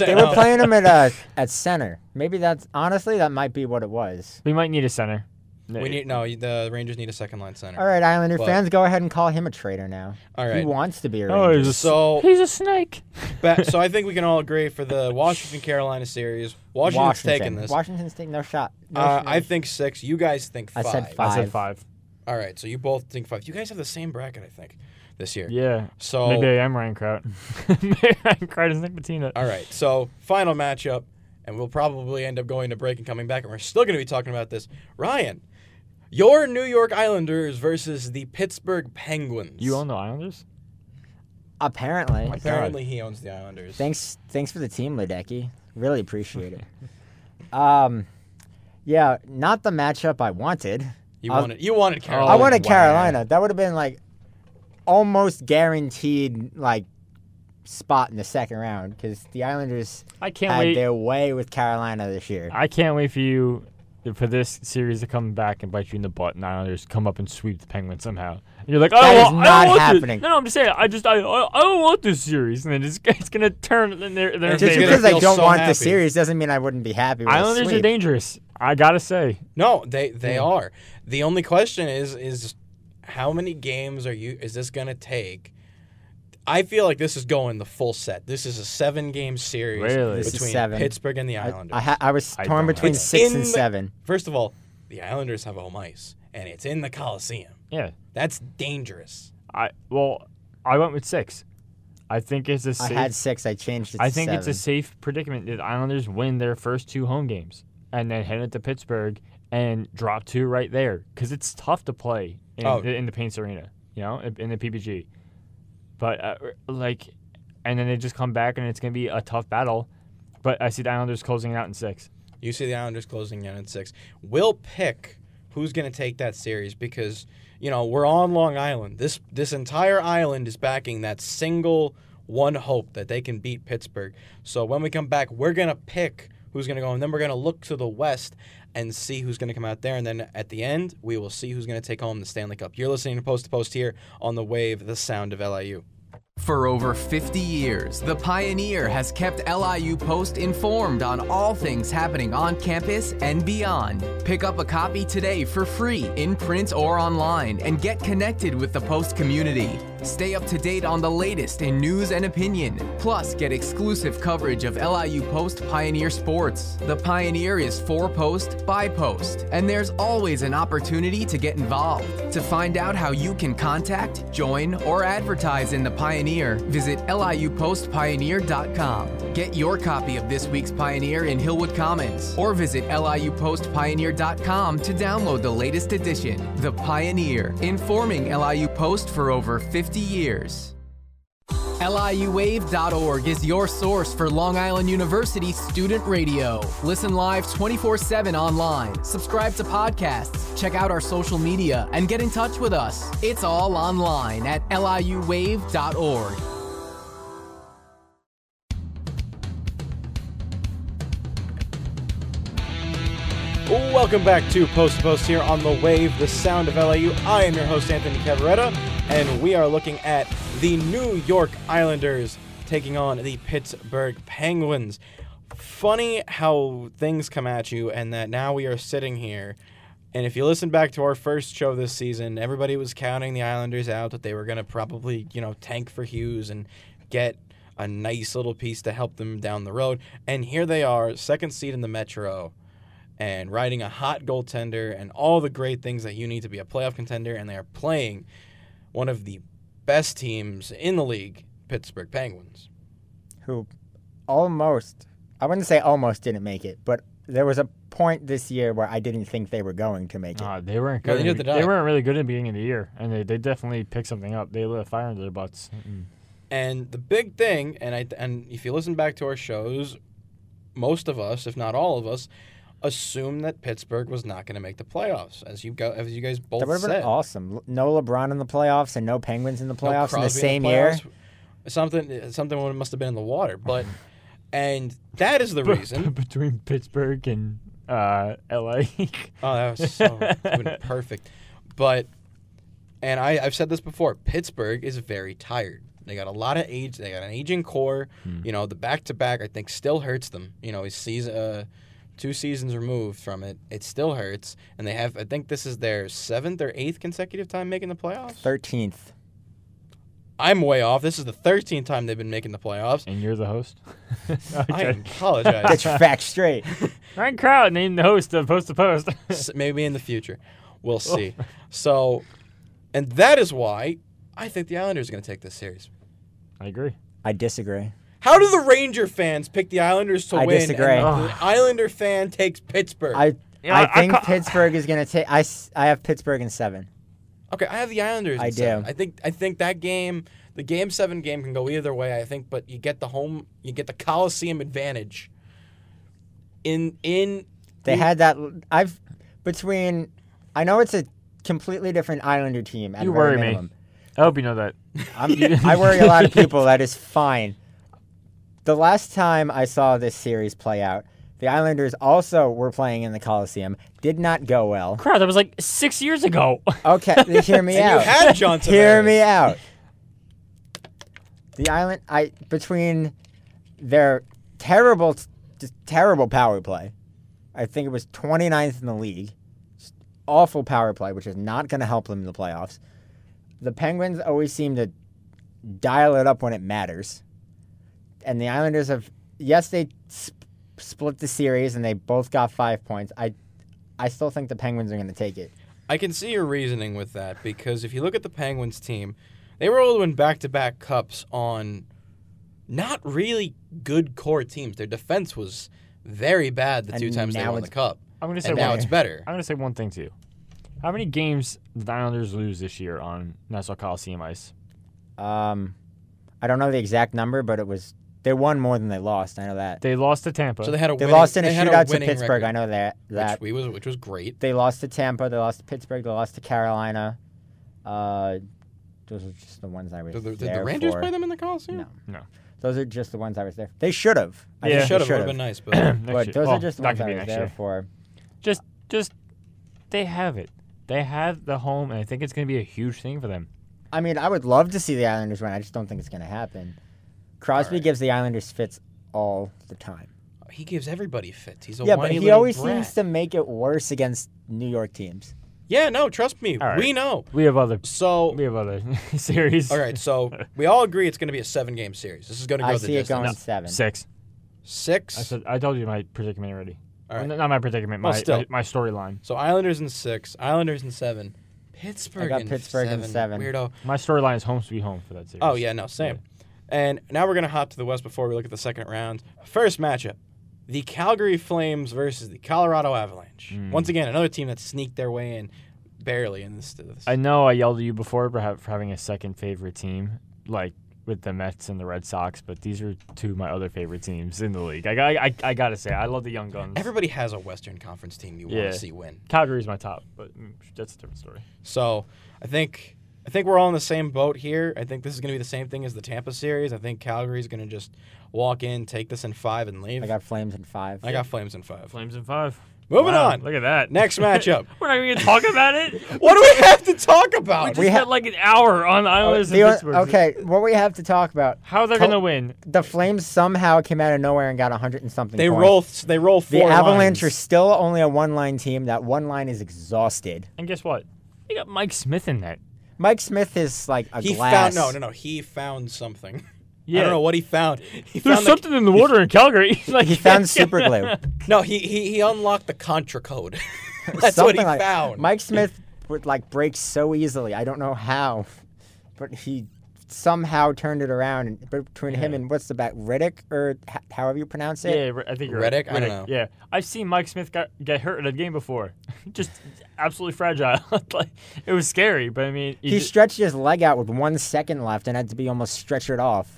Speaker 2: No,
Speaker 5: they
Speaker 2: no.
Speaker 5: were playing him at uh, at center. Maybe that's honestly that might be what it was.
Speaker 3: we might need a center.
Speaker 2: We need no. The Rangers need a second line center.
Speaker 5: All right, Islander
Speaker 2: But-
Speaker 5: fans, go ahead and call him a traitor now.
Speaker 2: All
Speaker 5: He
Speaker 2: right.
Speaker 5: wants to be a
Speaker 3: Oh,
Speaker 5: Ranger.
Speaker 3: he's a,
Speaker 2: So-
Speaker 3: he's a snake.
Speaker 2: Ba- so I think we can all agree for the Washington Carolina series. Washington's
Speaker 5: Washington.
Speaker 2: taking this.
Speaker 5: Washington's taking no shot. No
Speaker 2: Uh,
Speaker 5: shot.
Speaker 2: I think six. You guys think
Speaker 5: I
Speaker 2: five.
Speaker 5: said
Speaker 3: I said
Speaker 5: Five.
Speaker 3: five.
Speaker 2: All right. So you both think five. You guys have the same bracket, I think, this year.
Speaker 3: Yeah.
Speaker 2: So
Speaker 3: Maybe I am Ryan Kraut. Maybe Ryan Kraut is Nick Patino.
Speaker 2: All right, so final matchup, and we'll probably end up going to break and coming back, and we're still going to be talking about this. Ryan, your New York Islanders versus the Pittsburgh Penguins.
Speaker 3: You own the Islanders?
Speaker 2: Oh
Speaker 5: apparently.
Speaker 2: Apparently, he owns the Islanders.
Speaker 5: Thanks, thanks for the team, Ledecky. Really appreciate it. um, yeah, not the matchup I wanted.
Speaker 2: you
Speaker 5: I'll-
Speaker 2: wanted, you wanted Carolina.
Speaker 5: I
Speaker 3: Oh,
Speaker 5: wanted
Speaker 3: wow.
Speaker 5: Carolina. That would have been like almost guaranteed like spot in the second round because the Islanders
Speaker 3: I can't
Speaker 5: had
Speaker 3: wait.
Speaker 5: their way with Carolina this year.
Speaker 3: I can't wait for you for this series to come back and bite you in the butt, and Islanders come up and sweep the Penguins somehow. And you're like, oh,
Speaker 5: That is
Speaker 3: I don't
Speaker 5: not
Speaker 3: want
Speaker 5: happening.
Speaker 3: This. No, no, I'm just saying, I just, I, I, I don't want this series, and then it's, it's gonna turn in their their
Speaker 2: It's just
Speaker 5: Just
Speaker 2: They're
Speaker 3: favor.
Speaker 5: because
Speaker 2: gonna
Speaker 5: I
Speaker 2: feel
Speaker 5: don't
Speaker 2: so
Speaker 5: want
Speaker 2: happy.
Speaker 5: the series doesn't mean I wouldn't be happy. With a
Speaker 3: Islanders are
Speaker 5: sweep.
Speaker 3: dangerous. I gotta say,
Speaker 2: No, they they are. The only question is is how many games are you? Is this going to take? I feel like this is going the full set. This is a seven game series
Speaker 3: Really? This
Speaker 5: is
Speaker 2: between
Speaker 5: seven.
Speaker 2: Pittsburgh and the Islanders.
Speaker 5: I, ha- I was
Speaker 3: I don't
Speaker 5: torn between
Speaker 3: know.
Speaker 2: It's
Speaker 5: six
Speaker 2: in
Speaker 5: and
Speaker 2: the-
Speaker 5: seven.
Speaker 2: First of all, the Islanders have home ice, and it's in the Coliseum.
Speaker 3: yeah.
Speaker 2: That's dangerous.
Speaker 3: I well, I went with six. I think it's a safe.
Speaker 5: I had six. I changed it. To
Speaker 3: I think it's a
Speaker 5: seven.
Speaker 3: safe predicament that the Islanders win their first two home games and then head into Pittsburgh and drop two right there because it's tough to play in,
Speaker 2: Oh.
Speaker 3: the, in the Paints Arena, you know, in, in the PPG. But uh, r- like, and then they just come back and it's gonna be a tough battle. But I see the Islanders closing it out in six.
Speaker 2: You see the Islanders closing in at six. We'll pick who's going to take that series because you know we're on Long Island. This this entire island is backing that single one hope that they can beat Pittsburgh. So when we come back, we're going to pick who's going to go, and then we're going to look to the west and see who's going to come out there. And then at the end, we will see who's going to take home the Stanley Cup. You're listening to Post to Post here on the Wave, the sound of LIU.
Speaker 8: For over 50 years, The Pioneer has kept LIU Post informed on all things happening on campus and beyond. Pick up a copy today for free, in print or online, and get connected with the Post community. Stay up to date on the latest in news and opinion. Plus, get exclusive coverage of LIU Post Pioneer Sports. The Pioneer is for post, by post, and there's always an opportunity to get involved. To find out how you can contact, join, or advertise in the Pioneer, visit liupostpioneer.com. Get your copy of this week's Pioneer in Hillwood Commons, or visit liupostpioneer.com to download the latest edition. The Pioneer, informing LIU Post for over 50 years. LIUWave.org is your source for Long Island University student radio. Listen live 24 7 online, subscribe to podcasts, check out our social media, and get in touch with us. It's all online at LIUWave.org.
Speaker 2: Welcome back to Post to Post here on the Wave, the sound of LAU. I am your host, Anthony Cavaretta, and we are looking at the New York Islanders taking on the Pittsburgh Penguins. Funny how things come at you, and that now we are sitting here. And if you listen back to our first show this season, everybody was counting the Islanders out that they were going to probably, you know, tank for Hughes and get a nice little piece to help them down the road. And here they are, second seed in the Metro and riding a hot goaltender and all the great things that you need to be a playoff contender. And they are playing one of the best teams in the league, Pittsburgh Penguins.
Speaker 5: who almost, I wouldn't say almost didn't make it, but there was a point this year where I didn't think they were going to make it.
Speaker 3: Uh, they weren't
Speaker 2: No,
Speaker 3: good.
Speaker 2: they
Speaker 3: in
Speaker 2: knew
Speaker 3: the-
Speaker 2: at the
Speaker 3: they
Speaker 2: time.
Speaker 3: weren't really good at the beginning of the year, and they, they definitely picked something up. They lit a fire under their butts.
Speaker 2: And the big thing, and I, and if you listen back to our shows, most of us, if not all of us, assumed that Pittsburgh was not going to make the playoffs, as you go, as you guys both
Speaker 5: That would have
Speaker 2: said.
Speaker 5: been awesome. L- No LeBron in the playoffs and no Penguins in the
Speaker 2: No
Speaker 5: playoffs
Speaker 2: Crosby
Speaker 5: in the
Speaker 2: in
Speaker 5: same year.
Speaker 2: playoffs. Something something must have been in the water, but and that is the reason.
Speaker 3: Between Pittsburgh and uh, LA.
Speaker 2: Oh, that was so it would've been perfect. But and I, I've said this before, Pittsburgh is very tired. They got a lot of age. They got an aging core. You know, the back to back I think still hurts them. You know, he's season, uh, two seasons removed from it. It still hurts, and they have. I think this is their seventh or eighth consecutive time making the playoffs.
Speaker 5: 13th.
Speaker 2: I'm way off. This is the thirteenth time they've been making the playoffs.
Speaker 3: and you're the host?
Speaker 2: I
Speaker 3: okay.
Speaker 5: Get
Speaker 2: apologize.
Speaker 5: your facts straight.
Speaker 3: Ryan Crowd named the host of Post to Post.
Speaker 2: S- Maybe in the future, we'll see. So, and that is why I think the Islanders are going to take this series.
Speaker 3: I agree.
Speaker 5: I disagree.
Speaker 2: How do the Ranger fans pick the Islanders to
Speaker 5: I
Speaker 2: win?
Speaker 5: disagree.
Speaker 2: and
Speaker 3: Ugh.
Speaker 2: the Islander fan takes Pittsburgh.
Speaker 5: I
Speaker 3: Yeah, I-
Speaker 5: I
Speaker 3: I
Speaker 5: think
Speaker 3: ca-
Speaker 5: Pittsburgh is going to take. I, s- I have Pittsburgh in seven.
Speaker 2: okay, I have the Islanders. in
Speaker 5: I
Speaker 2: seven.
Speaker 5: do.
Speaker 2: I think I think that game, the game seven game, can go either way. I think, but you get the home, you get the Coliseum advantage. In in
Speaker 5: They had that. l- I've between. I know it's a completely different Islander team. At
Speaker 3: You
Speaker 5: very
Speaker 3: worry me.
Speaker 5: minimum.
Speaker 3: I hope you know that.
Speaker 5: I'm, I worry a lot of people. That is fine. The last time I saw this series play out, the Islanders also were playing in the Coliseum. Did not go well.
Speaker 3: Crowd, that was like six years ago.
Speaker 5: Okay, hear me
Speaker 2: and
Speaker 5: out.
Speaker 2: you had Johnson.
Speaker 5: Hear
Speaker 2: Harris.
Speaker 5: me out. The island, I between their terrible, just terrible power play. I think it was 29th in the league. just awful power play, which is not going to help them in the playoffs. The Penguins always seem to dial it up when it matters, and the Islanders have. Yes, they sp- split the series and they both got five points. I, I still think the Penguins are going to take it.
Speaker 2: I can see your reasoning with that because if you look at the Penguins team, they were able to win back to back cups on not really good core teams. Their defense was very bad the two
Speaker 5: And
Speaker 2: times they
Speaker 5: now
Speaker 2: won the
Speaker 5: it's-
Speaker 2: cup.
Speaker 3: I'm gonna
Speaker 2: And
Speaker 3: say
Speaker 2: now
Speaker 3: one-
Speaker 2: it's better.
Speaker 3: I'm gonna say one thing to you. How many games did the Islanders lose this year on Nassau Coliseum ice?
Speaker 5: Um, I don't know the exact number, but it was they won more than they lost. I know that
Speaker 3: They lost to Tampa.
Speaker 2: So they had a
Speaker 5: they
Speaker 2: winning,
Speaker 5: lost in a
Speaker 2: they had
Speaker 5: shootout to
Speaker 2: winning
Speaker 5: Pittsburgh.
Speaker 2: record,
Speaker 5: I know that
Speaker 2: which
Speaker 5: that
Speaker 2: we was which was great.
Speaker 5: they lost to Tampa, they lost to Pittsburgh, they lost to Carolina. Uh, those are just the ones I was.
Speaker 2: Did the, did the
Speaker 5: there
Speaker 2: Rangers
Speaker 5: for.
Speaker 2: play them in the Coliseum?
Speaker 5: No.
Speaker 3: No.
Speaker 5: Those are just the ones I was there. They should have.
Speaker 3: Yeah.
Speaker 2: They
Speaker 3: They
Speaker 2: should have. Would
Speaker 5: should
Speaker 2: have been
Speaker 5: have.
Speaker 2: nice, but
Speaker 3: Next
Speaker 5: But
Speaker 3: year.
Speaker 5: those
Speaker 3: Well,
Speaker 5: are just the
Speaker 3: not
Speaker 5: ones
Speaker 3: gonna
Speaker 5: I
Speaker 3: be
Speaker 5: was
Speaker 3: next
Speaker 5: there
Speaker 3: year.
Speaker 5: for.
Speaker 3: Just, just they have it. They have the home, and I think it's gonna be a huge thing for them.
Speaker 5: I mean, I would love to see the Islanders win. I just don't think it's going to happen. Crosby gives the Islanders fits all the time.
Speaker 2: He gives everybody fits. He's a
Speaker 5: yeah, but
Speaker 2: whiny
Speaker 5: he
Speaker 2: little
Speaker 5: always
Speaker 2: brat.
Speaker 5: seems to make it worse against New York teams.
Speaker 2: Yeah, no, trust me,
Speaker 3: right.
Speaker 2: we know.
Speaker 3: We have other.
Speaker 2: So
Speaker 3: We have other series.
Speaker 2: all right, so we all agree it's going to be a seven-game series. This is going to go
Speaker 5: I
Speaker 2: the
Speaker 5: see it
Speaker 2: distance.
Speaker 5: going seven.
Speaker 3: Six.
Speaker 2: Six.
Speaker 3: I said. I told you my predicament already.
Speaker 2: All right.
Speaker 3: Well, Not my predicament. My
Speaker 2: Well, still.
Speaker 3: my, my storyline.
Speaker 2: So Islanders in six, Islanders in seven, Pittsburgh.
Speaker 5: I got
Speaker 2: in
Speaker 5: Pittsburgh in
Speaker 2: seven.
Speaker 5: seven.
Speaker 2: Weirdo.
Speaker 3: My storyline is home sweet home for that series.
Speaker 2: Oh yeah, no, same. And now we're gonna hop to the West before we look at the second round. First matchup: the Calgary Flames versus the Colorado Avalanche.
Speaker 3: Hmm.
Speaker 2: Once again, another team that sneaked their way in barely in this. this.
Speaker 3: I know I yelled at you before for, ha- for having a second favorite team, like with the Mets and the Red Sox, but these are two of my other favorite teams in the league. I, I, I, I gotta say, I love the Young Guns.
Speaker 2: Everybody has a Western Conference team you
Speaker 3: Yeah.
Speaker 2: want to see win.
Speaker 3: Calgary's my top, but mm, that's a different story.
Speaker 2: So I think I think we're all in the same boat here. I think this is going to be the same thing as the Tampa series. I think Calgary's going to just walk in, take this in five, and leave.
Speaker 5: I got Flames in five.
Speaker 2: I got Flames in five.
Speaker 3: Flames in five.
Speaker 2: Moving
Speaker 3: Wow,
Speaker 2: on.
Speaker 3: Look at that.
Speaker 2: Next matchup.
Speaker 3: We're not even gonna talk about it.
Speaker 2: What do we have to talk about?
Speaker 3: We
Speaker 5: We
Speaker 3: had
Speaker 5: ha-
Speaker 3: like an hour on the
Speaker 2: Oh,
Speaker 3: Islanders
Speaker 5: The
Speaker 3: and
Speaker 5: o-
Speaker 3: Pittsburgh.
Speaker 5: okay, what we have to talk about.
Speaker 3: How they're
Speaker 5: Col-
Speaker 3: gonna win?
Speaker 5: The Flames somehow came out of nowhere and got 100 and something
Speaker 2: they
Speaker 5: points.
Speaker 2: roll. They roll
Speaker 5: The
Speaker 2: four.
Speaker 5: Avalanche are
Speaker 2: lines.
Speaker 5: still only a one-line team. That one line is exhausted.
Speaker 3: And guess what? They got Mike Smith in that.
Speaker 5: Mike Smith is like a
Speaker 2: He found
Speaker 5: glass.
Speaker 2: no, no, no. He found something.
Speaker 3: Yeah.
Speaker 2: I don't know what he found. He
Speaker 3: There's
Speaker 2: found the-
Speaker 3: something in the water in Calgary. like
Speaker 5: He found super glue.
Speaker 2: no, he, he he unlocked the contra code. That's what
Speaker 5: Something
Speaker 2: he
Speaker 5: like,
Speaker 2: found.
Speaker 5: Mike Smith would like break so easily. I don't know how, but he somehow turned it around and- between him and what's the back Riddick or h- however you pronounce it.
Speaker 3: Yeah, I think you're right.
Speaker 2: Reddick? I don't know.
Speaker 3: Yeah, I've seen Mike Smith got, get hurt in a game before, just absolutely fragile. like it was scary, but I mean, you
Speaker 5: He
Speaker 3: ju-
Speaker 5: stretched his leg out with one second left and had to be almost stretchered off.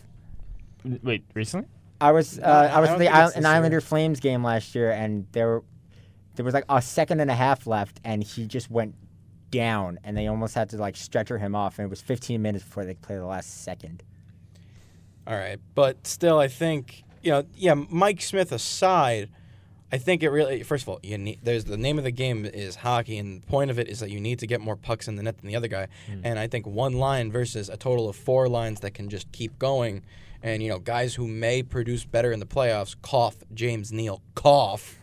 Speaker 3: wait recently.
Speaker 5: I was uh, I was
Speaker 2: I don't
Speaker 5: at the
Speaker 2: think it's
Speaker 5: Isle-
Speaker 2: this
Speaker 5: an
Speaker 2: year.
Speaker 5: Islander Flames game last year, and there were there was like a second and a half left, and he just went down, and they almost had to like stretcher him off, and it was 15 minutes before they played the last second.
Speaker 2: All right, but still, I think you know, yeah. Mike Smith aside, I think it really. First of all, you need, there's the name of the game is hockey, and the point of it is that you need to get more pucks in the net than the other guy. And I think one line versus a total of four lines that can just keep going, and you know, guys who may produce better in the playoffs. Cough, James Neal. Cough.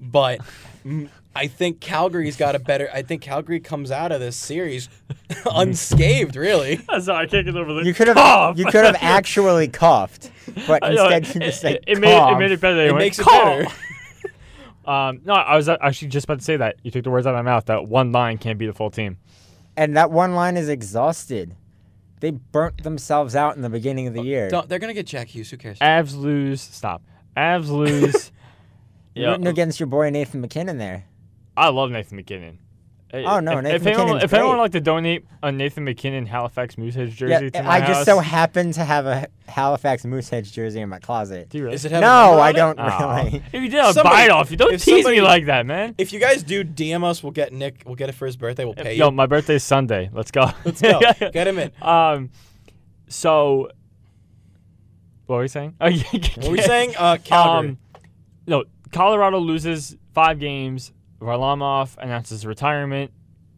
Speaker 2: But mm, I think Calgary's got a better. I think Calgary comes out of this series unscathed, really.
Speaker 3: I'm sorry, I can't get over the.
Speaker 5: You could have
Speaker 3: cough.
Speaker 5: you could have actually coughed, but
Speaker 3: I know,
Speaker 5: instead you just
Speaker 3: it,
Speaker 5: said
Speaker 3: it made it
Speaker 5: cough.
Speaker 3: made it better. They
Speaker 2: It
Speaker 3: went,
Speaker 2: makes it
Speaker 3: "Cough."
Speaker 2: better.
Speaker 3: Um, no, I was actually just about to say that. You took the words out of my mouth. That one line can't be the full team.
Speaker 5: and that one line is exhausted. They burnt themselves out in the beginning of the year.
Speaker 2: Don't, they're gonna get Jack Hughes. Who cares?
Speaker 3: Avs lose. Stop. Avs lose.
Speaker 5: You're rooting against your boy Nathan McKinnon there.
Speaker 3: I love Nathan McKinnon.
Speaker 5: Oh, no,
Speaker 3: if,
Speaker 5: Nathan
Speaker 3: if anyone,
Speaker 5: McKinnon's
Speaker 3: if anyone
Speaker 5: great.
Speaker 3: would like to donate a Nathan McKinnon Halifax Mooseheads jersey to
Speaker 5: yeah,
Speaker 3: my
Speaker 5: I just
Speaker 3: house-
Speaker 5: so happen to have a Halifax Mooseheads jersey in my closet.
Speaker 3: Do you really?
Speaker 2: Does it have a
Speaker 5: No,
Speaker 2: number
Speaker 5: I
Speaker 2: on it?
Speaker 5: don't
Speaker 3: Aw.
Speaker 5: really.
Speaker 3: If you did, I'll
Speaker 2: Somebody-
Speaker 3: bite off you. Don't
Speaker 2: if
Speaker 3: tease
Speaker 2: somebody-
Speaker 3: me like that, man.
Speaker 2: If you guys do DM us, we'll get Nick. We'll get it for his birthday. We'll pay
Speaker 3: Yo,
Speaker 2: you.
Speaker 3: my birthday's Sunday. Let's go. Let's
Speaker 2: No, get him in.
Speaker 3: um, so, what were we saying? Oh, yeah,
Speaker 2: What were we saying? Uh, Calgary.
Speaker 3: Um, no, Colorado loses five games. Varlamov announces retirement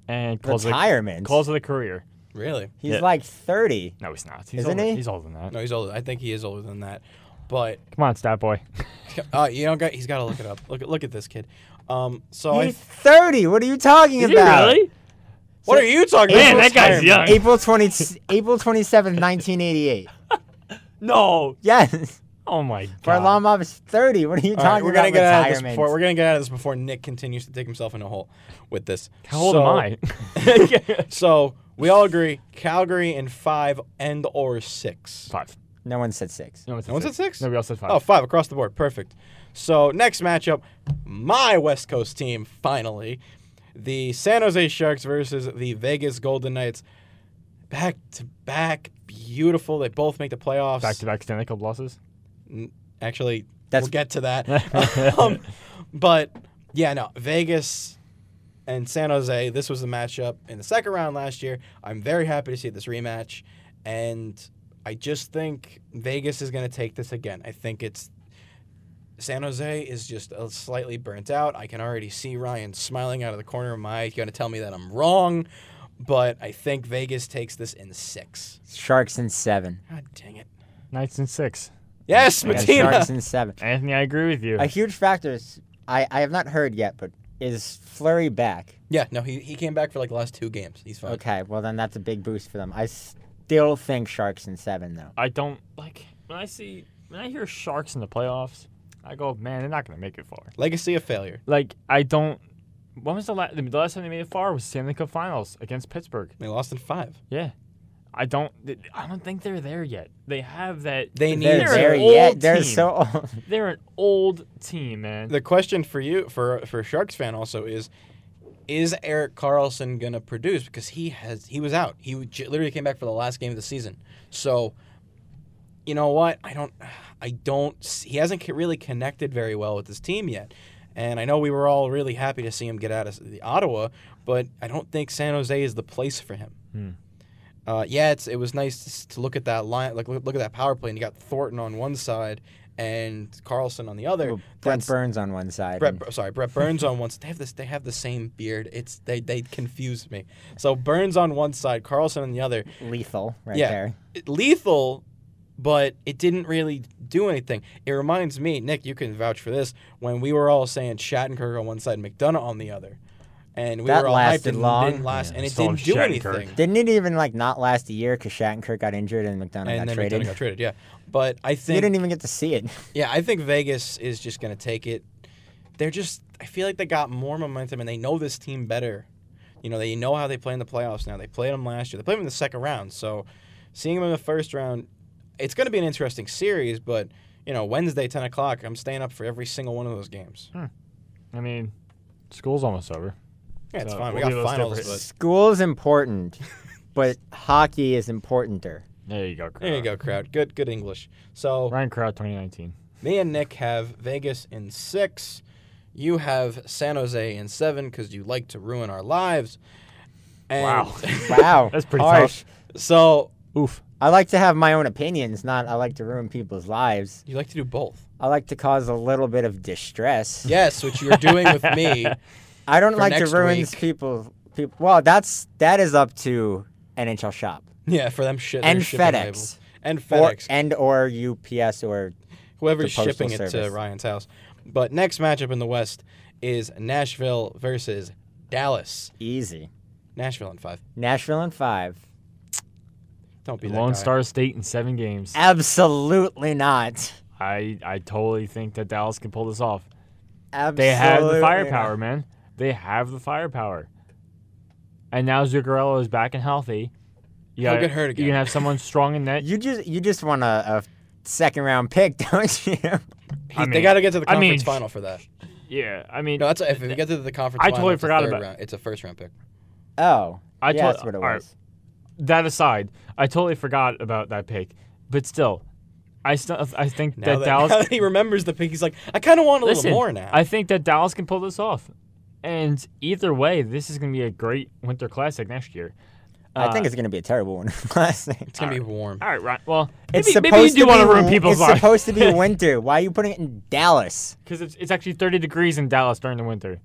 Speaker 3: and calls it
Speaker 5: Retirement.
Speaker 3: calls it a career.
Speaker 2: really?
Speaker 5: He's
Speaker 3: Yeah.
Speaker 5: like 30.
Speaker 3: No, he's not. He's
Speaker 5: Isn't
Speaker 3: older,
Speaker 5: he?
Speaker 3: He's older than that.
Speaker 2: No, he's older. I think he is older than that. But
Speaker 3: Come on, stat boy.
Speaker 2: uh, you don't got. He's got to look it up. Look at look at this kid. Um. So I,
Speaker 5: He's 30. What are you talking
Speaker 3: Oh, Is he
Speaker 5: about?
Speaker 3: really?
Speaker 2: what are you talking
Speaker 3: Man,
Speaker 2: about?
Speaker 3: that guy's young.
Speaker 5: April 20 April 27th, 1988.
Speaker 3: No.
Speaker 5: Yes.
Speaker 3: Oh my god.
Speaker 5: Varlamov is 30. What are you
Speaker 2: All
Speaker 5: talking
Speaker 2: right, we're
Speaker 5: about?
Speaker 2: gonna get out of this
Speaker 5: retirement?
Speaker 2: before we're gonna get out of this before Nick continues to dig himself in a hole with this.
Speaker 3: How old
Speaker 2: So-
Speaker 3: am I?
Speaker 2: So we all agree Calgary in five and or six.
Speaker 3: five.
Speaker 5: No one said six.
Speaker 3: No, it's
Speaker 2: No one said six.
Speaker 3: Nobody else said five.
Speaker 2: Oh, five across the board. Perfect. So next matchup, my West Coast team finally, the San Jose Sharks versus the Vegas Golden Knights. Back to back, beautiful. They both make the playoffs.
Speaker 3: Back to back Stanley Cup losses.
Speaker 2: Actually,
Speaker 5: That's-
Speaker 2: we'll get to that. um, but yeah, no, Vegas and San Jose. This was the matchup in the second round last year. I'm very happy to see this rematch, and I just think Vegas is going to take this again. I think it's San Jose is just uh, a slightly burnt out. I can already see Ryan smiling out of the corner of my eye. He's going to tell me that I'm wrong, but I think Vegas takes this in six.
Speaker 5: Sharks in seven.
Speaker 2: God dang it.
Speaker 3: Knights and six.
Speaker 2: Yes,
Speaker 5: I got
Speaker 2: Matina.
Speaker 5: Sharks in seven.
Speaker 3: Anthony, I agree with you.
Speaker 5: A huge factor is I, I have not heard yet, but is Flurry back?
Speaker 2: Yeah, no, he, he came back for like the last two games. He's fine.
Speaker 5: Okay, well then that's a big boost for them. I still think Sharks in seven though.
Speaker 3: I don't like when I see when I hear sharks in the playoffs. I go, man, they're not gonna make it far.
Speaker 2: Legacy of failure.
Speaker 3: Like I don't. When was the last the last time they made it far was Stanley Cup Finals against Pittsburgh.
Speaker 2: They lost in five.
Speaker 3: Yeah, I don't. I don't think they're there yet. They have that.
Speaker 2: They need
Speaker 5: They're
Speaker 3: They're
Speaker 5: there
Speaker 3: an
Speaker 5: yet.
Speaker 3: old
Speaker 5: They're
Speaker 3: team.
Speaker 5: so old.
Speaker 3: They're an old team, man.
Speaker 2: The question for you, for for a Sharks fan also is, is Eric Carlson gonna produce? Because he has he was out. He j- literally came back for the last game of the season. So, you know what? I don't, I don't. s- He hasn't c- really connected very well with this team yet. And I know we were all really happy to see him get out of s- the Ottawa, but I don't think San Jose is the place for him. Uh, yeah, it's, it was nice to, s- to look at that line, like look, look at that power play, and you got Thornton on one side and Carlson on the other.
Speaker 5: Brent
Speaker 2: That's-
Speaker 5: Burns on one side.
Speaker 2: Brett,
Speaker 5: and-
Speaker 2: Bur- sorry, Brett Burns on one. They have this. They have the same beard. It's they. They confuse me. So Burns on one side, Carlson on the other.
Speaker 5: lethal right
Speaker 2: yeah,
Speaker 5: there.
Speaker 2: it- lethal, but it didn't really do anything. It reminds me, Nick, you can vouch for this. When we were all saying Shattenkirk on one side, McDonough on the other, and we
Speaker 5: That
Speaker 2: were all
Speaker 5: lasted
Speaker 2: hyped and
Speaker 5: long.
Speaker 2: didn't last, and it
Speaker 3: it's all
Speaker 2: didn't do
Speaker 3: Shattenkirk.
Speaker 2: anything.
Speaker 5: Didn't it even like not last a year because Shattenkirk got injured and McDonough
Speaker 2: And
Speaker 5: got
Speaker 2: then
Speaker 5: traded?
Speaker 2: McDonough got traded. Yeah, but I
Speaker 5: you
Speaker 2: think
Speaker 5: didn't even get to see it.
Speaker 2: Yeah, I think Vegas is just going to take it. They're just, I feel like they got more momentum and they know this team better. You know, they know how they play in the playoffs now. They played them last year, they played them in the second round. So seeing them in the first round, it's going to be an interesting series, but, you know, Wednesday, 10 o'clock, I'm staying up for every single one of those games.
Speaker 3: I mean, school's almost over.
Speaker 2: Yeah, it's
Speaker 3: So
Speaker 2: fine. We
Speaker 3: we'll
Speaker 2: got
Speaker 3: give those
Speaker 2: finals,
Speaker 3: different-
Speaker 2: but
Speaker 5: School's important, but hockey is importanter.
Speaker 3: There you go. Crowd.
Speaker 2: there you go, crowd. Good, good English. So
Speaker 3: Ryan Crowd, 2019.
Speaker 2: me and Nick have Vegas in six. You have San Jose in seven because you like to ruin our lives. And
Speaker 3: Wow.
Speaker 5: Wow,
Speaker 3: That's pretty
Speaker 5: harsh.
Speaker 2: So
Speaker 3: Oof.
Speaker 5: I like to have my own opinions, not I like to ruin people's lives.
Speaker 2: you like to do both.
Speaker 5: I like to cause a little bit of distress.
Speaker 2: Yes, which you're doing with me.
Speaker 5: I don't
Speaker 2: For
Speaker 5: like to
Speaker 2: next
Speaker 5: ruin
Speaker 2: week.
Speaker 5: people. People. Well, that's that is up to NHL Shop
Speaker 2: Yeah, for them shit.
Speaker 5: And
Speaker 2: their shipping
Speaker 5: FedEx.
Speaker 2: labels. And
Speaker 5: or
Speaker 2: FedEx.
Speaker 5: and or UPS or
Speaker 2: whoever's
Speaker 5: the Postal
Speaker 2: shipping it to
Speaker 5: Service.
Speaker 2: Ryan's house. But next matchup in the West is Nashville versus Dallas.
Speaker 5: easy.
Speaker 2: Nashville in five.
Speaker 5: Nashville in five.
Speaker 2: Don't be that
Speaker 3: Lone
Speaker 2: guy.
Speaker 3: Star State in seven games.
Speaker 5: Absolutely not.
Speaker 3: I I totally think that Dallas can pull this off.
Speaker 5: Absolutely
Speaker 3: They have the
Speaker 5: not.
Speaker 3: firepower, man. They have the firepower. And now Zuccarello is back and healthy. You
Speaker 2: He'll
Speaker 3: gotta-
Speaker 2: get hurt
Speaker 3: You
Speaker 2: again.
Speaker 3: can have someone strong in net.
Speaker 5: You just you just want a, a second round pick, don't you?
Speaker 2: He-
Speaker 3: I mean-
Speaker 2: they got to get to the
Speaker 3: I mean,
Speaker 2: conference final for that.
Speaker 3: yeah, I mean,
Speaker 2: No, that's if we get to the conference.
Speaker 3: I
Speaker 2: final,
Speaker 3: totally
Speaker 2: it's a
Speaker 3: forgot
Speaker 2: third
Speaker 3: about-
Speaker 2: round- It's a first round pick.
Speaker 5: Oh,
Speaker 3: I
Speaker 5: yeah,
Speaker 3: told-
Speaker 5: that's what it
Speaker 3: all right.
Speaker 5: was.
Speaker 3: that aside, I totally forgot about that pick. But still, I still I think
Speaker 2: Now
Speaker 3: that, Dallas
Speaker 2: now that he remembers the pick, he's like, I kind of want a
Speaker 3: Listen,
Speaker 2: little more now.
Speaker 3: I think that Dallas can pull this off. And either way, this is going to be a great winter classic next year.
Speaker 5: I
Speaker 3: uh,
Speaker 5: think it's gonna be a terrible one. Classic.
Speaker 2: it's gonna be warm.
Speaker 3: All right, Ryan. Well,
Speaker 5: It's
Speaker 3: maybe,
Speaker 5: supposed
Speaker 3: maybe you do
Speaker 5: to
Speaker 3: want
Speaker 5: be
Speaker 3: to ruin
Speaker 5: w-
Speaker 3: people's
Speaker 5: It's
Speaker 3: lives
Speaker 5: supposed to be winter. Why are you putting it in Dallas?
Speaker 3: because it's, it's actually 30 degrees in Dallas during the winter.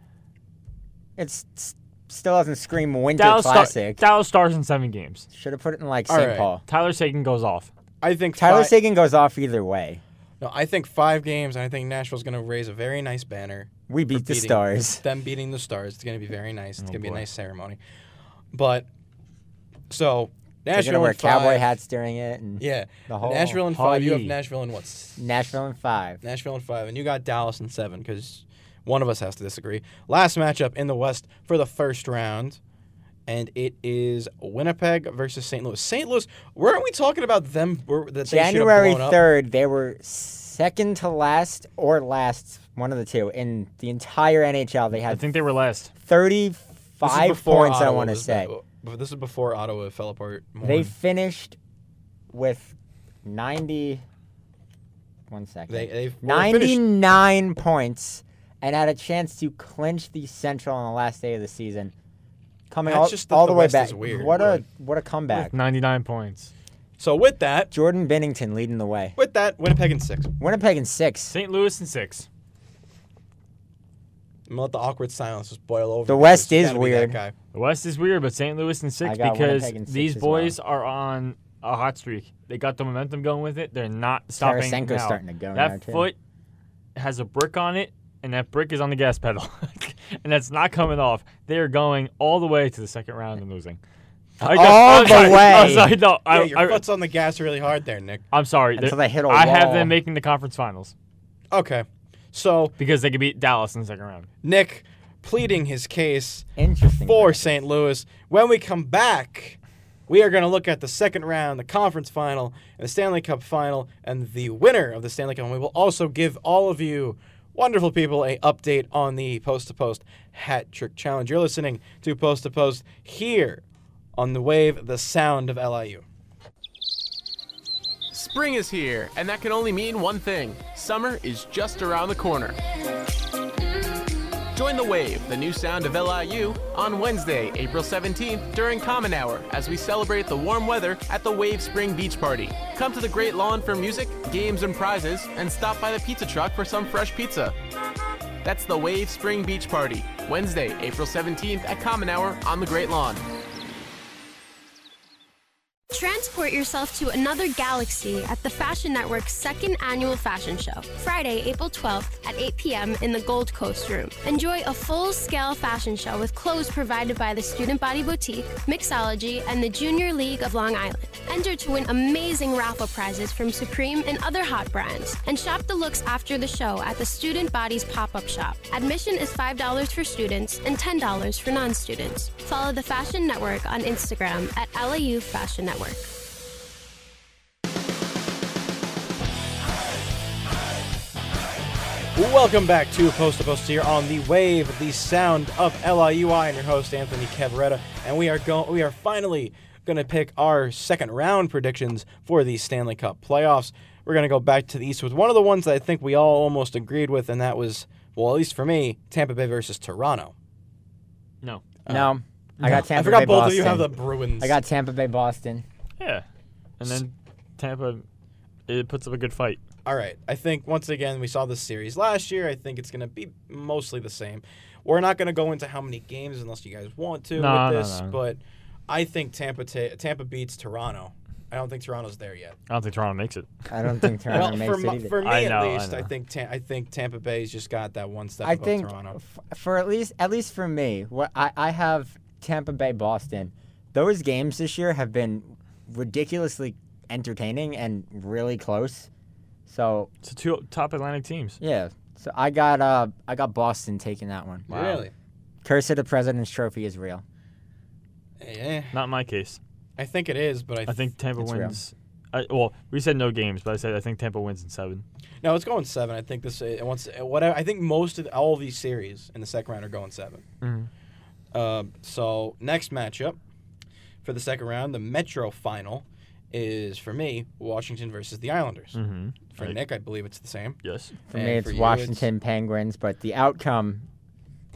Speaker 5: It's, s still doesn't scream winter
Speaker 3: Dallas, Star-
Speaker 5: classic.
Speaker 3: Dallas stars in seven games.
Speaker 5: Should have put it in like
Speaker 2: All
Speaker 5: St.
Speaker 2: right.
Speaker 5: Paul.
Speaker 3: Tyler Sagan goes off.
Speaker 2: I think
Speaker 5: Tyler
Speaker 2: fi-
Speaker 5: Sagan goes off either way.
Speaker 2: No, I think five games, and I think Nashville's going to raise a very nice banner.
Speaker 5: We beat the
Speaker 2: beating-
Speaker 5: Stars. Oh,
Speaker 2: Them beating the Stars. It's going to be very nice. It's going to be a nice ceremony. But so
Speaker 5: They're
Speaker 2: Nashville
Speaker 5: gonna wear
Speaker 2: in five,
Speaker 5: cowboy hats during it. And
Speaker 2: Yeah,
Speaker 5: The whole-
Speaker 2: Nashville in five. You have
Speaker 3: Hawaii.
Speaker 2: Nashville in what? s-
Speaker 5: Nashville in five.
Speaker 2: Nashville in five, and you got Dallas in seven because one of us has to disagree. Last matchup in the West for the first round, and it is Winnipeg versus St. Louis. St. Louis, weren't we talking about them? Were, that they should have
Speaker 5: January
Speaker 2: blown up?
Speaker 5: third, they were second to last or last, one of the two in the entire NHL. They
Speaker 3: I
Speaker 5: had
Speaker 3: think they were last.
Speaker 2: This is
Speaker 5: thirty-five
Speaker 2: before
Speaker 5: points. I
Speaker 2: Ottawa
Speaker 5: want to
Speaker 2: was-
Speaker 5: say
Speaker 2: but this is before Ottawa fell apart. More.
Speaker 5: they finished with ninety. One second.
Speaker 2: They they were finished-
Speaker 5: 99 points and had a chance to clinch the Central on the last day of the season. Coming
Speaker 2: That's
Speaker 5: all,
Speaker 2: just that
Speaker 5: all
Speaker 2: the
Speaker 5: the way
Speaker 2: West
Speaker 5: back.
Speaker 2: is weird,
Speaker 5: what
Speaker 2: right?
Speaker 5: a what a comeback.
Speaker 3: 99 points.
Speaker 2: So with that,
Speaker 5: Jordan Bennington leading the way.
Speaker 2: with that, Winnipeg in six.
Speaker 5: Winnipeg in six.
Speaker 3: St. Louis in six.
Speaker 2: I'm gonna let the awkward silence just boil over.
Speaker 5: The
Speaker 2: because
Speaker 5: West
Speaker 2: there's
Speaker 5: is
Speaker 2: gotta be that
Speaker 5: weird.
Speaker 2: guy.
Speaker 3: The West is weird, but St. Louis in
Speaker 5: I
Speaker 3: six
Speaker 5: got
Speaker 3: because
Speaker 5: Winnipeg in six
Speaker 3: these
Speaker 5: as well.
Speaker 3: boys are on a hot streak. They got the momentum going with it. They're not stopping
Speaker 5: Tarasenko's
Speaker 3: now.
Speaker 5: starting to go
Speaker 3: that
Speaker 5: now, too.
Speaker 3: foot has a brick on it, and that brick is on the gas pedal, and that's not coming off. They are going all the way to the second round and losing. I
Speaker 5: All
Speaker 3: I'm
Speaker 5: the
Speaker 3: sorry. I'm
Speaker 5: way.
Speaker 3: sorry. No,
Speaker 2: Yeah,
Speaker 3: I,
Speaker 2: your
Speaker 3: I,
Speaker 2: foot's on the gas really hard there, Nick.
Speaker 3: am sorry.
Speaker 5: Until
Speaker 3: They're-
Speaker 5: they hit a
Speaker 3: I have
Speaker 5: wall.
Speaker 3: them making the conference finals
Speaker 2: Okay, so
Speaker 3: because they could beat Dallas in the second round.
Speaker 2: Nick pleading his case
Speaker 5: Interesting.
Speaker 2: for St. Louis. When we come back, we are going to look at the second round, the conference final, and the Stanley Cup final, and the winner of the Stanley Cup. And we will also give all of you wonderful people a update on the post to post hat trick challenge. You're listening to Post to Post here on the wave, the sound of LIU.
Speaker 1: Spring is here, and that can only mean one thing summer is just around the corner. Join the wave, the new sound of LIU, on Wednesday, April 17th during Common Hour as we celebrate the warm weather at the Wave Spring Beach Party. Come to the Great Lawn for music, games, and prizes, and stop by the pizza truck for some fresh pizza. That's the Wave Spring Beach Party, Wednesday, April 17th at Common Hour on the Great Lawn.
Speaker 9: Transport yourself to another galaxy at the Fashion Network's second annual fashion show, Friday, April 12th at 8 p.m. in the Gold Coast Room. Enjoy a full scale fashion show with clothes provided by the Student Body Boutique, Mixology, and the Junior League of Long Island. Enter to win amazing raffle prizes from Supreme and other hot brands, and shop the looks after the show at the Student Bodies pop up shop. Admission is $5 for students and $10 for non students. Follow the Fashion Network on Instagram at LAU Fashion Network.
Speaker 2: Welcome back to Post to Post here on the wave, the sound of LIUI, and your host Anthony Cavaretta, and we are going. We are finally going to pick our second round predictions for the Stanley Cup playoffs. We're going to go back to the East with one of the ones that I think we all almost agreed with, and that was, well, at least for me, Tampa Bay versus Toronto.
Speaker 3: No.
Speaker 5: No, I got Tampa
Speaker 2: Uh, I forgot
Speaker 5: Bay
Speaker 2: both
Speaker 5: Boston.
Speaker 2: of you have the Bruins.
Speaker 5: I got Tampa Bay Boston.
Speaker 3: Yeah. And then Tampa, it puts up a good fight.
Speaker 2: All right. I think once again we saw this series last year. I think it's going to be mostly the same. We're not going to go into how many games unless you guys want to
Speaker 3: No,
Speaker 2: with
Speaker 3: no,
Speaker 2: this,
Speaker 3: no.
Speaker 2: but I think Tampa ta- Tampa beats Toronto. I don't think Toronto's there yet.
Speaker 3: I don't think Toronto makes it.
Speaker 5: I don't think Toronto
Speaker 2: well,
Speaker 5: makes
Speaker 2: for,
Speaker 5: it
Speaker 2: my-
Speaker 5: either.
Speaker 2: for me
Speaker 3: I
Speaker 2: at
Speaker 3: know, I
Speaker 2: least, I,
Speaker 3: know.
Speaker 2: think ta- I think Tampa Bay's just got that one step
Speaker 5: I
Speaker 2: above
Speaker 5: think
Speaker 2: Toronto.
Speaker 5: f- for at least at least for me, what I, I have Tampa Bay Boston. Those games this year have been ridiculously entertaining and really close. So
Speaker 3: It's the two top Atlantic teams.
Speaker 5: yeah, so I got uh I got Boston taking that one.
Speaker 2: Really?
Speaker 5: Curse of the President's Trophy is real.
Speaker 2: Eh,
Speaker 3: Not my case.
Speaker 2: I think it is, but I,
Speaker 3: I think Tampa
Speaker 5: It's real.
Speaker 3: wins. I, well, we said no games, but I said I think Tampa wins in seven.
Speaker 2: no, it's going seven. I think this. It wants what I, I think most of the, all of these series in the second round are going 7 Uh, so next matchup for the second round, the Metro final is for me Washington versus the Islanders. Mm-hmm. For
Speaker 3: Right.
Speaker 2: Nick, I believe it's the same.
Speaker 3: Yes.
Speaker 5: For
Speaker 2: And
Speaker 5: me,
Speaker 2: for
Speaker 5: it's
Speaker 2: you,
Speaker 5: Washington Penguins, but the outcome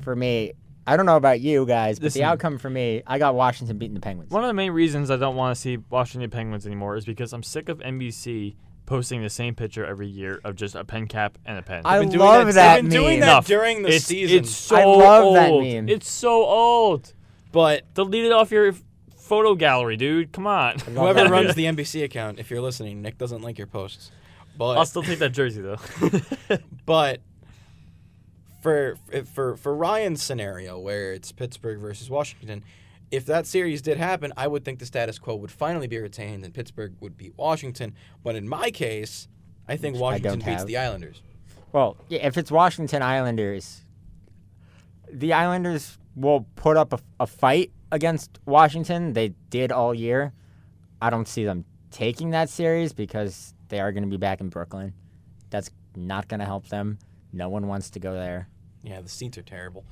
Speaker 5: for me, I don't know about you guys, but
Speaker 3: Listen.
Speaker 5: the outcome for me, I got Washington beating the Penguins.
Speaker 3: One of the main reasons I don't want to see Washington Penguins anymore is because I'm sick of NBC posting the same picture every year of just a pen cap and a pen.
Speaker 5: I
Speaker 2: They've been doing
Speaker 5: love
Speaker 2: that-
Speaker 5: that
Speaker 2: they've been doing
Speaker 5: meme.
Speaker 2: that during the
Speaker 3: it's,
Speaker 2: season.
Speaker 3: It's so
Speaker 5: I love that
Speaker 3: old.
Speaker 5: meme.
Speaker 3: It's so old.
Speaker 2: But
Speaker 3: Delete it off your photo gallery, dude. Come on.
Speaker 2: whoever runs the NBC account, if you're listening, Nick doesn't like your posts. But
Speaker 3: I'll still take that jersey though.
Speaker 2: But for for for Ryan's scenario where it's Pittsburgh versus Washington, if that series did happen, I would think the status quo would finally be retained and Pittsburgh would beat Washington. But in my case, I think Washington
Speaker 5: don't
Speaker 2: beats
Speaker 5: have.
Speaker 2: the Islanders.
Speaker 5: Well, yeah, if it's Washington Islanders, the Islanders will put up a, a fight against Washington. They did all year. I don't see them taking that series because they are going to be back in Brooklyn. That's not going to help them. No one wants to go there.
Speaker 2: Yeah, the seats are terrible.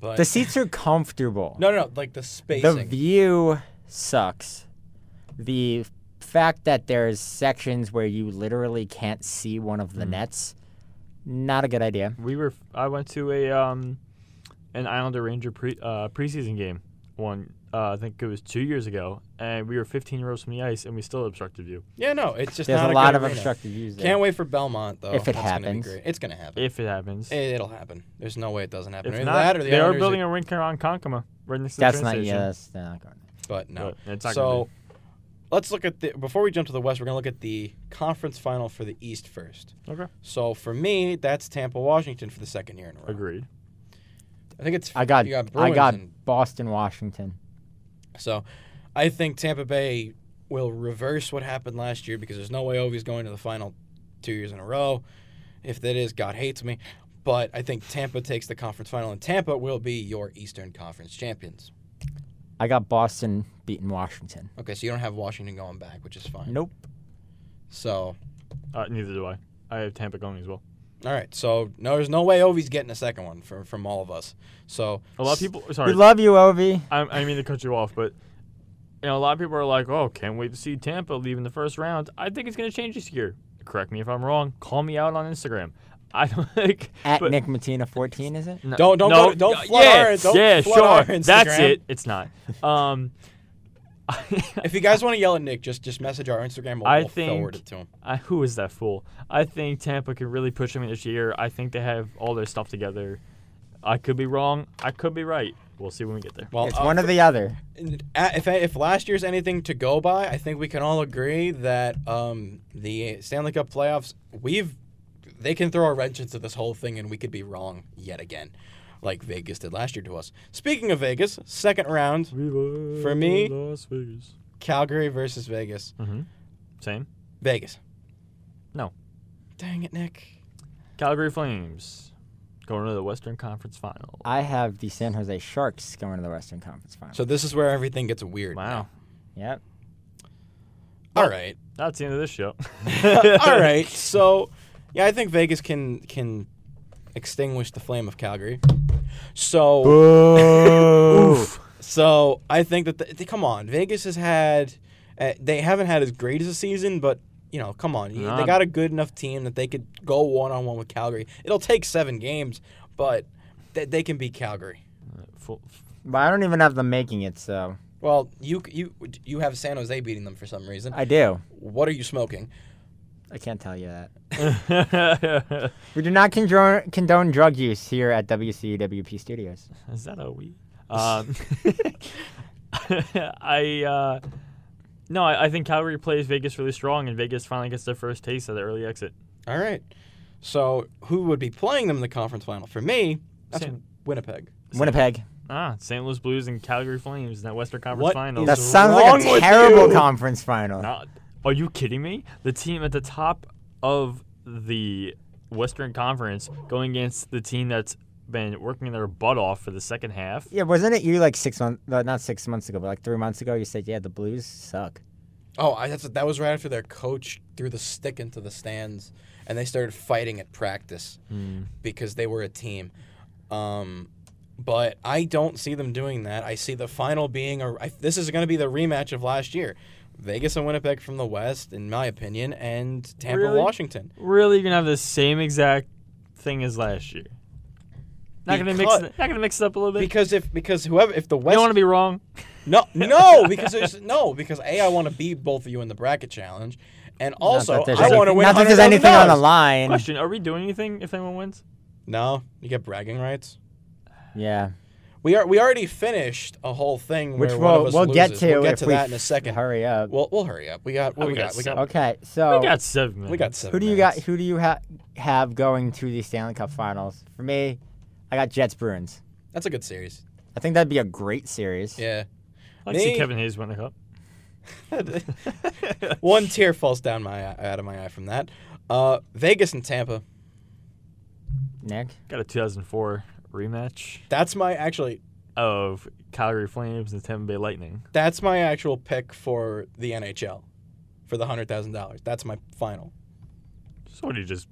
Speaker 2: But
Speaker 5: The seats are comfortable.
Speaker 2: no, no, no, like the
Speaker 5: the
Speaker 2: spacing.
Speaker 5: view sucks. The fact that there's sections where you literally can't see one of
Speaker 2: Hmm.
Speaker 5: the nets, not a good idea.
Speaker 3: we were. I went to a um, an Islander Ranger pre uh, preseason game. one. Uh, I think it was two years ago, and we were 15 rows from the ice, and we still obstructed view.
Speaker 2: Yeah, no, it's just
Speaker 5: There's
Speaker 2: not
Speaker 5: a
Speaker 2: a
Speaker 5: lot
Speaker 2: good
Speaker 5: of
Speaker 2: arena.
Speaker 5: obstructive views there.
Speaker 2: Can't wait for Belmont though.
Speaker 5: If it
Speaker 2: That's gonna be
Speaker 5: happens.
Speaker 2: great. it's gonna happen.
Speaker 3: If it happens,
Speaker 2: It, will happen. There's no way it doesn't happen.
Speaker 3: if
Speaker 2: Either
Speaker 3: not,
Speaker 2: that or the
Speaker 3: they are
Speaker 2: Islanders
Speaker 3: building a rink around Konkoma right next to
Speaker 5: That's
Speaker 3: the train
Speaker 5: not.
Speaker 3: station.
Speaker 5: Yeah, that's they're not going. there.
Speaker 2: but no.
Speaker 3: But it's not gonna
Speaker 2: so let's look at the before we jump to the West. We're gonna look at the conference final for the East first.
Speaker 3: Okay.
Speaker 2: So for me, that's Tampa, Washington for the second year in a row.
Speaker 3: Agreed.
Speaker 2: I think it's
Speaker 5: I got.
Speaker 2: you got
Speaker 5: I
Speaker 2: Bruins
Speaker 5: got
Speaker 2: and
Speaker 5: Boston, Washington.
Speaker 2: So I think Tampa Bay will reverse what happened last year because there's no way Ovi's going to the final two years in a row. If that is, God hates me. But I think Tampa takes the conference final, and Tampa will be your Eastern Conference champions.
Speaker 5: I got Boston beating Washington.
Speaker 2: Okay, so you don't have Washington going back, which is fine.
Speaker 5: Nope.
Speaker 2: So,
Speaker 3: Uh, neither do I. I have Tampa going as well.
Speaker 2: all right. So, no, there's no way Ovi's getting a second one from, from all of us. So,
Speaker 3: A lot of people.
Speaker 5: We
Speaker 3: Sorry,
Speaker 5: love you, Ovi.
Speaker 3: I, I mean to cut you off, but you know, a lot of people are like, "Oh, can't wait to see Tampa leave in the first round." I think it's going to change this year. Correct me if I'm wrong. Call me out on Instagram. I don't like
Speaker 5: At
Speaker 3: but-
Speaker 5: Nick Matina 14, is it?
Speaker 3: No,
Speaker 2: Don't- don't
Speaker 3: no,
Speaker 2: go- don't
Speaker 3: uh,
Speaker 2: flood
Speaker 3: yeah,
Speaker 2: our- don't
Speaker 3: yeah,
Speaker 2: flood our
Speaker 3: sure. That's
Speaker 2: Instagram.
Speaker 3: it. It's not. Um,
Speaker 2: if you guys want to yell at Nick, just just message our Instagram. We'll,
Speaker 3: I
Speaker 2: we'll forward it
Speaker 3: think-
Speaker 2: to him.
Speaker 3: I, who is that fool? I think Tampa can really push them this year. I think they have all their stuff together. I could be wrong. I could be right. We'll see when we get there.
Speaker 2: Well,
Speaker 5: It's
Speaker 2: uh,
Speaker 5: one or the other.
Speaker 2: And a- if if last year's anything to go by, I think we can all agree that um, the Stanley Cup playoffs we've they can throw a wrench into this whole thing, and we could be wrong yet again, like Vegas did last year to us. Speaking of Vegas, second round, For me-
Speaker 3: Las Vegas.
Speaker 2: Calgary versus Vegas.
Speaker 3: Mm-hmm. Same.
Speaker 2: Vegas.
Speaker 3: No.
Speaker 2: Dang it, Nick.
Speaker 3: Calgary Flames going to the Western Conference Final.
Speaker 2: Oh,
Speaker 5: I have the San Jose Sharks going to the Western Conference Final.
Speaker 2: So this is where everything gets weird.
Speaker 3: Wow.
Speaker 5: yep.
Speaker 2: All right.
Speaker 3: That's the end of this show.
Speaker 2: all right. So, yeah, I think Vegas can can extinguish the flame of Calgary. So.
Speaker 3: Oof.
Speaker 2: So I think that the, they- come on, Vegas has had uh, they haven't had as great as a season, but you know, come on, you- they
Speaker 3: Nah.
Speaker 2: got a good enough team that they could go one on one with Calgary. It'll take seven games, but th- they can beat Calgary.
Speaker 3: Full-
Speaker 5: But I don't even have them making it, so
Speaker 2: Well, you c- you you have San Jose beating them for some reason.
Speaker 5: I do.
Speaker 2: what are you smoking?
Speaker 5: I can't tell you that.
Speaker 3: Is
Speaker 5: We do not condone, condone drug use here at WCWP Studios.
Speaker 3: that a we? Um, I uh, no, I, I think Calgary plays Vegas really strong, and Vegas finally gets their first taste of the early exit.
Speaker 2: All right. So who would be playing them in the conference final? For me, that's
Speaker 3: San-
Speaker 2: Winnipeg.
Speaker 5: Winnipeg.
Speaker 3: Ah, St. Louis Blues and Calgary Flames in that Western Conference
Speaker 2: What
Speaker 3: Final.
Speaker 5: That
Speaker 2: is
Speaker 5: sounds like
Speaker 2: wrong
Speaker 5: a
Speaker 2: with
Speaker 5: terrible
Speaker 2: you?
Speaker 5: conference final.
Speaker 3: Not- are you kidding me? The team at the top of the Western Conference going against the team that's been working their butt off for the second half.
Speaker 5: Yeah, wasn't it you like six months? Not six months ago, but like three months ago, you said, "Yeah, the Blues suck."
Speaker 2: Oh, I, that's that was right after their coach threw the stick into the stands, and they started fighting at practice
Speaker 3: Hmm.
Speaker 2: because they were a team. Um, but I don't see them doing that. I see the final being a. I, this is going to be the rematch of last year, Vegas and Winnipeg from the West, in my opinion, and Tampa,
Speaker 3: Really?
Speaker 2: Washington.
Speaker 3: Really, you're gonna have the same exact thing as last year. Not gonna mix.
Speaker 2: Because-
Speaker 3: It, not gonna mix it up a little bit.
Speaker 2: Because if because whoever if the
Speaker 3: you
Speaker 2: West
Speaker 3: don't want to be wrong.
Speaker 2: no no because there's no because a I want to beat both of you in the bracket challenge, and also
Speaker 5: not that there's,
Speaker 2: I
Speaker 5: any-
Speaker 2: want to win.
Speaker 5: not that there's
Speaker 2: $100,000.
Speaker 5: anything on the line.
Speaker 3: Question: Are we doing anything if anyone wins?
Speaker 2: No, you get bragging rights.
Speaker 5: Yeah,
Speaker 2: We are we already finished a whole thing.
Speaker 5: which
Speaker 2: where one of
Speaker 5: we'll
Speaker 2: us
Speaker 5: we'll get
Speaker 2: loses.
Speaker 5: to.
Speaker 2: We'll get
Speaker 5: if
Speaker 2: to
Speaker 5: we
Speaker 2: that in a second.
Speaker 5: Hurry up.
Speaker 2: We'll we'll hurry up. We got what
Speaker 3: Oh,
Speaker 2: we,
Speaker 3: we
Speaker 2: got.
Speaker 3: got
Speaker 2: We got
Speaker 5: okay, so
Speaker 3: we got seven. Minutes.
Speaker 2: we got seven.
Speaker 5: who do you got?
Speaker 2: minutes.
Speaker 5: Who do you ha- have going to the Stanley Cup Finals? For me, I got Jets Bruins.
Speaker 2: That's a good series.
Speaker 5: I think that'd be a great series.
Speaker 2: Yeah.
Speaker 3: I like to see
Speaker 2: Me?
Speaker 3: Kevin Hayes win the cup.
Speaker 2: One tear falls down my eye, out of my eye from that. Uh, Vegas and Tampa.
Speaker 5: Nick,
Speaker 3: Got a 2004 rematch
Speaker 2: That's my actually.
Speaker 3: of Calgary Flames and Tampa Bay Lightning.
Speaker 2: That's my actual pick for the NHL, for the hundred thousand dollars. That's my final.
Speaker 3: So what do you just?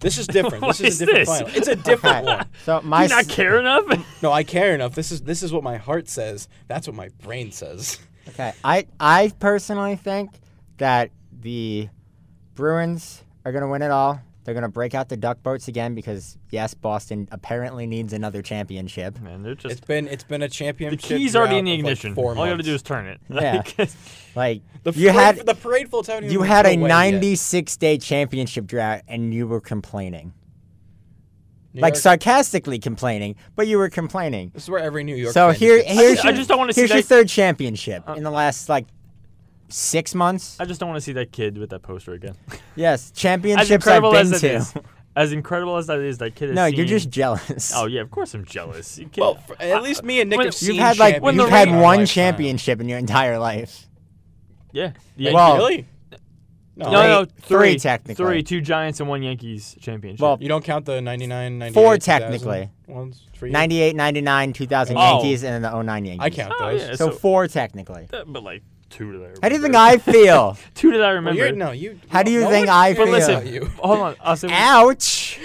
Speaker 2: This is different.
Speaker 3: What
Speaker 2: this is,
Speaker 3: is
Speaker 2: a different
Speaker 3: this?
Speaker 2: final. It's a different
Speaker 5: Okay.
Speaker 2: one.
Speaker 5: so
Speaker 3: Do
Speaker 5: my
Speaker 3: you not
Speaker 5: s-
Speaker 3: care enough?
Speaker 2: No, I care enough. This is this is what my heart says. That's what my brain says.
Speaker 5: Okay, I I personally think that the Bruins are gonna win it all. They're going to break out the duck boats again because, yes, Boston apparently needs another championship.
Speaker 3: Man, they're just
Speaker 2: It's been it's been a
Speaker 3: the
Speaker 2: championship.
Speaker 3: key's already in the
Speaker 2: drought of, like,
Speaker 3: ignition.
Speaker 2: four
Speaker 3: All you got to
Speaker 2: months.
Speaker 3: do is turn it.
Speaker 5: Yeah.
Speaker 3: Like,
Speaker 5: Like,
Speaker 2: the
Speaker 5: you
Speaker 2: parade-
Speaker 5: had
Speaker 2: the parade floats haven't
Speaker 5: you
Speaker 2: even
Speaker 5: had
Speaker 2: been
Speaker 5: a
Speaker 2: away yet.
Speaker 5: 96 day championship drought and you were complaining.
Speaker 2: New
Speaker 5: like
Speaker 2: York-
Speaker 5: sarcastically complaining, but you were complaining.
Speaker 2: This is where every New York.
Speaker 5: So
Speaker 2: fan
Speaker 5: here,
Speaker 2: gets-
Speaker 5: here's
Speaker 3: I
Speaker 5: your,
Speaker 3: just don't wanna see
Speaker 5: here's your
Speaker 3: that-
Speaker 5: third championship in the last like six months.
Speaker 3: I just don't want to see that kid with that poster again.
Speaker 5: yes,
Speaker 3: As
Speaker 5: championships I've
Speaker 3: incredible
Speaker 5: been
Speaker 3: as that
Speaker 5: to.
Speaker 3: is, as incredible as that is, that kid. Has
Speaker 5: No, you're
Speaker 3: seen-
Speaker 5: just jealous.
Speaker 3: Oh yeah, of course I'm jealous. You kid-
Speaker 2: Well, for, at least me and Nick
Speaker 3: Uh, when-
Speaker 2: have seen
Speaker 5: you've had like
Speaker 2: champions
Speaker 3: when
Speaker 5: you've
Speaker 3: the
Speaker 5: had
Speaker 2: in our
Speaker 5: one
Speaker 2: lifetime.
Speaker 5: championship in your entire life.
Speaker 3: yeah. The
Speaker 2: Like,
Speaker 3: Yankees-
Speaker 5: Well,
Speaker 2: really? No,
Speaker 3: no, no,
Speaker 5: three-
Speaker 3: three,
Speaker 5: three technically.
Speaker 3: Three, two Giants and one Yankees championship.
Speaker 5: Well,
Speaker 2: you don't count the 99, 98,
Speaker 5: Four
Speaker 2: 2000
Speaker 5: technically.
Speaker 2: ones for you.
Speaker 5: 98, 99, 2000
Speaker 3: Oh.
Speaker 5: Yankees, and then the 09 Yankees.
Speaker 2: I count
Speaker 3: oh
Speaker 2: those.
Speaker 3: yeah, so,
Speaker 5: So, four technically.
Speaker 3: that- but like two that I remember.
Speaker 5: How do you think I feel?
Speaker 3: two that I
Speaker 2: Well,
Speaker 3: remember?
Speaker 2: you're, no, you.
Speaker 5: How do you
Speaker 2: no
Speaker 5: think
Speaker 2: one
Speaker 5: I
Speaker 2: cares
Speaker 3: But
Speaker 5: feel?
Speaker 2: about
Speaker 3: listen,
Speaker 2: you.
Speaker 3: hold on. I'll say
Speaker 5: Ouch!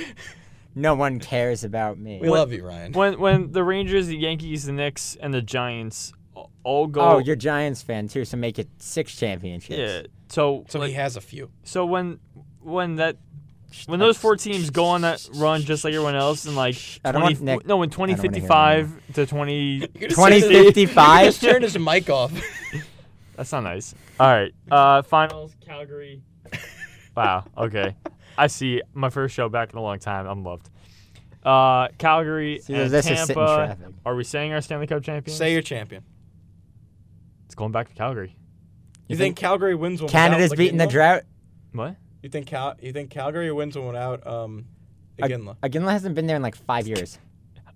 Speaker 5: No one cares about me.
Speaker 2: We love you, Ryan.
Speaker 3: when when the Rangers, the Yankees, the Knicks, and the Giants a- all go.
Speaker 5: Oh, you're Giants fan too, so make it six championships.
Speaker 3: yeah. So
Speaker 2: so
Speaker 3: like,
Speaker 2: he has a few.
Speaker 3: so when when that when those four teams go on that run just like everyone else and like
Speaker 5: I
Speaker 3: 20,
Speaker 5: don't want Nick-
Speaker 3: no in
Speaker 5: I don't wanna hear
Speaker 3: 2055 to 20
Speaker 2: I
Speaker 5: 2055.
Speaker 2: just turned his mic off.
Speaker 3: that's not nice all right uh finals calgary wow okay i see my first show back in a long time i'm loved uh calgary
Speaker 5: See,
Speaker 3: and
Speaker 5: this is
Speaker 3: tampa
Speaker 5: sit in traffic.
Speaker 3: are we saying our stanley cup champions
Speaker 2: Say you're champion.
Speaker 3: it's going back to calgary
Speaker 2: You think Calgary wins one? without
Speaker 5: Canada's beating the
Speaker 2: Iginla?
Speaker 5: drought.
Speaker 3: what
Speaker 2: You think Cal? You think Calgary wins one without um, Iginla?
Speaker 5: Aginla hasn't been there in like five years.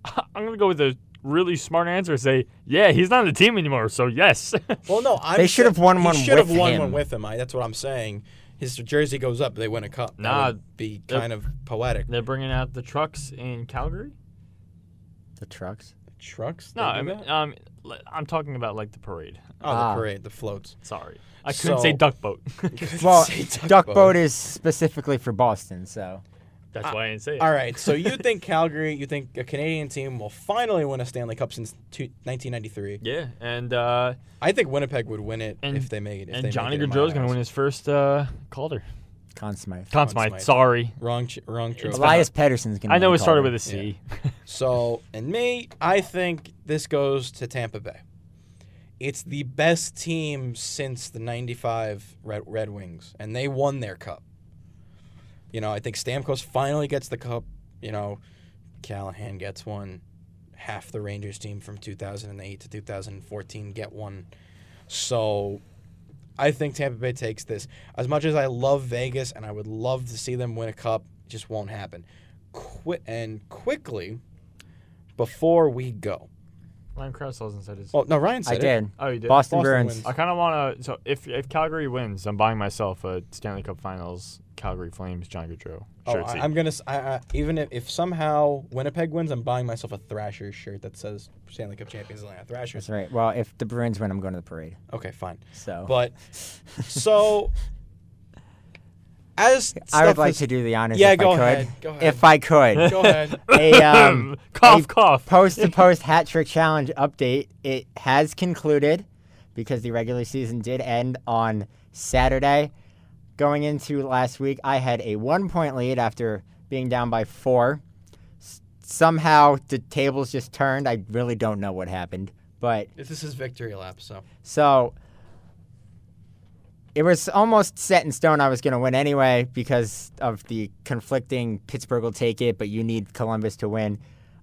Speaker 3: i'm gonna go with a really smart answer and say yeah he's not on the team anymore so yes
Speaker 2: Well, no, I'm
Speaker 5: They should have won one
Speaker 2: He should have
Speaker 5: with
Speaker 2: won
Speaker 5: him.
Speaker 2: one with him. I, that's what I'm saying. His jersey goes up. They win a cup. that
Speaker 3: Nah,
Speaker 2: would be
Speaker 3: they're-
Speaker 2: kind of poetic.
Speaker 3: they're bringing out the trucks in calgary
Speaker 5: The trucks.
Speaker 2: Trucks?
Speaker 3: No,
Speaker 2: They
Speaker 3: I
Speaker 2: do
Speaker 3: mean,
Speaker 2: that?
Speaker 3: um, l- I'm talking about like the parade.
Speaker 2: oh,
Speaker 5: Ah.
Speaker 2: the parade, the floats.
Speaker 3: Sorry, I couldn't
Speaker 2: So-
Speaker 3: say duck boat.
Speaker 5: Well,
Speaker 2: Say duck
Speaker 5: duck
Speaker 2: boat.
Speaker 5: boat is specifically for Boston, so
Speaker 3: That's why I didn't say it.
Speaker 2: All right, so you think Calgary? You think a Canadian team will finally win a Stanley Cup since two, 1993?
Speaker 3: Yeah, and uh,
Speaker 2: I think Winnipeg would win it
Speaker 3: And-
Speaker 2: if they make it. If they
Speaker 3: and
Speaker 2: make
Speaker 3: Johnny
Speaker 2: it in my
Speaker 3: Gaudreau's gonna
Speaker 2: eyes.
Speaker 3: win his first uh, Calder.
Speaker 5: Conn Smythe.
Speaker 3: Conn
Speaker 2: Conn
Speaker 3: Smythe,
Speaker 2: Smythe.
Speaker 3: Sorry,
Speaker 2: Wrong, ch- wrong trophy.
Speaker 5: Elias Pettersson's gonna.
Speaker 3: I know
Speaker 5: be
Speaker 3: it started with
Speaker 5: calling.
Speaker 3: a C.
Speaker 2: So, and me, I think this goes to Tampa Bay. It's the best team since the 95 Red, Red Wings, and they won their cup. You know, I think Stamkos finally gets the cup. You know, Callahan gets one. Half the Rangers team from 2008 to 2014 get one. So I think Tampa Bay takes this. As much as I love Vegas and I would love to see them win a cup, it just won't happen. Qui- and quickly, before we go.
Speaker 3: Ryan Krause hasn't said his.
Speaker 2: Well, no, Ryan
Speaker 5: I
Speaker 2: said it.
Speaker 5: did.
Speaker 3: Oh, you did.
Speaker 5: Boston
Speaker 2: Boston
Speaker 5: Bruins.
Speaker 2: wins.
Speaker 3: I kind of want to. So if if Calgary wins, I'm buying myself a Stanley Cup Finals Calgary Flames Johnny Gaudreau
Speaker 2: Oh,
Speaker 3: shirt.
Speaker 2: I,
Speaker 3: seat.
Speaker 2: I'm gonna. s- I, I- even if, if somehow Winnipeg wins, I'm buying myself a Thrasher shirt that says Stanley Cup Champions Atlanta Thrashers.
Speaker 5: That's Oh. right. Well, if the Bruins win, I'm going to the parade.
Speaker 2: Okay, fine.
Speaker 5: So
Speaker 2: But so as
Speaker 5: I would
Speaker 2: stuff
Speaker 5: like
Speaker 2: is-
Speaker 5: to do the honors.
Speaker 2: Yeah,
Speaker 5: if
Speaker 2: go
Speaker 5: I could.
Speaker 2: ahead. Go ahead.
Speaker 5: If I could.
Speaker 2: Go ahead.
Speaker 5: a um,
Speaker 3: Cough,
Speaker 5: a
Speaker 3: cough.
Speaker 5: post-to-post hat trick challenge update. It has concluded because the regular season did end on Saturday. Going into last week, I had a one-point lead after being down by four. S- somehow the tables just turned. I really don't know what happened, but
Speaker 2: If this is victory lap, so
Speaker 5: so it was almost set in stone I was going to win anyway because of the conflicting Pittsburgh will take it, but you need Columbus to win.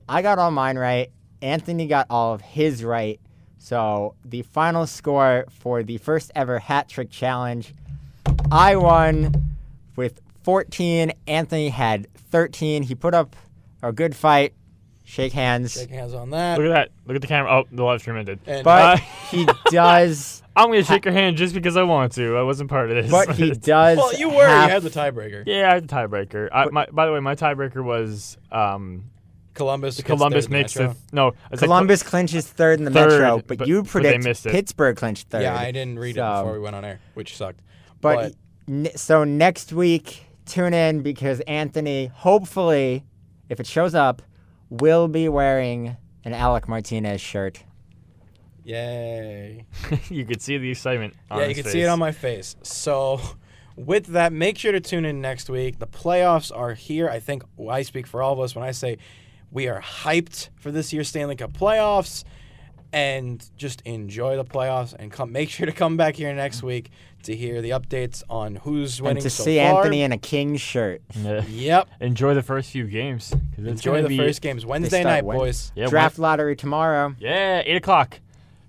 Speaker 5: I got all mine right. Anthony got all of his right. So the final score for the first ever hat trick challenge, I won with 14. Anthony had 13. He put up a good fight. Shake hands.
Speaker 2: shake hands on that.
Speaker 3: Look at that. Look at the camera. Oh, the live stream ended.
Speaker 2: And
Speaker 5: But
Speaker 3: Uh,
Speaker 5: he does.
Speaker 3: I'm gonna shake your hand just because I want to. I wasn't part of this.
Speaker 5: But he does.
Speaker 2: well, you were.
Speaker 5: have
Speaker 2: You had the tiebreaker.
Speaker 3: Yeah, I had the tiebreaker. I, my, by the way, my tiebreaker was um,
Speaker 2: Columbus. gets
Speaker 3: Columbus
Speaker 2: third in
Speaker 3: makes
Speaker 2: Metro.
Speaker 3: the no. it's like-
Speaker 5: Columbus clinches third in the
Speaker 3: Third,
Speaker 5: Metro, but,
Speaker 3: but-
Speaker 5: you
Speaker 3: but they
Speaker 5: predict
Speaker 3: missed it.
Speaker 5: Pittsburgh clinched third.
Speaker 2: Yeah, I didn't read it
Speaker 5: So-
Speaker 2: before we went on air, which sucked.
Speaker 5: But, ne- so next week, tune in because Anthony, hopefully, if it shows up, will be wearing an Alec Martinez shirt.
Speaker 2: yay.
Speaker 3: you could see the excitement. On
Speaker 2: yeah, you
Speaker 3: his
Speaker 2: can
Speaker 3: face.
Speaker 2: see it on my face. So With that, make sure to tune in next week. The playoffs are here. I think I speak for all of us when I say we are hyped for this year's Stanley Cup playoffs and just enjoy the playoffs and come make sure to come back here next week to hear the updates on who's winning
Speaker 5: And to
Speaker 2: so
Speaker 5: see
Speaker 2: far.
Speaker 5: Anthony in a King's shirt.
Speaker 3: Yeah.
Speaker 2: Yep.
Speaker 3: Enjoy the first few games. 'cause it's
Speaker 2: Enjoy
Speaker 3: gonna
Speaker 2: the
Speaker 3: be-
Speaker 2: first games Wednesday
Speaker 5: start
Speaker 2: night,
Speaker 5: when?
Speaker 2: boys.
Speaker 3: Yeah,
Speaker 5: Draft lottery tomorrow.
Speaker 3: Wed- yeah, eight o'clock.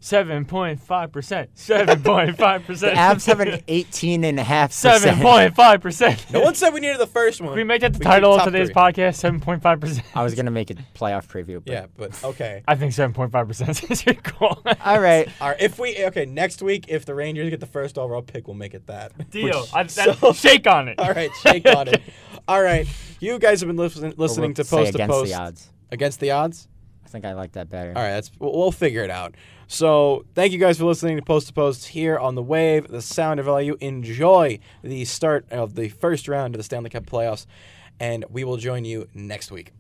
Speaker 3: Seven point five percent. Seven point five percent.
Speaker 5: Avs have an 18 and a half
Speaker 3: Seven point five percent.
Speaker 2: No one said we needed the first one.
Speaker 3: Can we make that the
Speaker 2: keep
Speaker 3: title of
Speaker 2: top
Speaker 3: today's
Speaker 2: three.
Speaker 3: podcast? Seven point five percent.
Speaker 5: I was gonna make a playoff preview. But
Speaker 2: Yeah, but okay.
Speaker 3: I think seven point five percent is a good call.
Speaker 5: All right.
Speaker 2: All right, if we okay next week, if the Rangers get the first overall pick, we'll make it that.
Speaker 3: Deal. I, that, shake on it.
Speaker 2: All right, shake on it. All right, you guys have been listen, listening
Speaker 5: We'll
Speaker 2: to
Speaker 5: say
Speaker 2: post to
Speaker 5: against
Speaker 2: post
Speaker 5: the odds.
Speaker 2: against the odds.
Speaker 5: I think I like that better.
Speaker 2: All right, that's we'll, we'll figure it out. So thank you guys for listening to Post to Post here on the Wave, the Sound of LU. Enjoy the start of the first round of the Stanley Cup playoffs, and we will join you next week.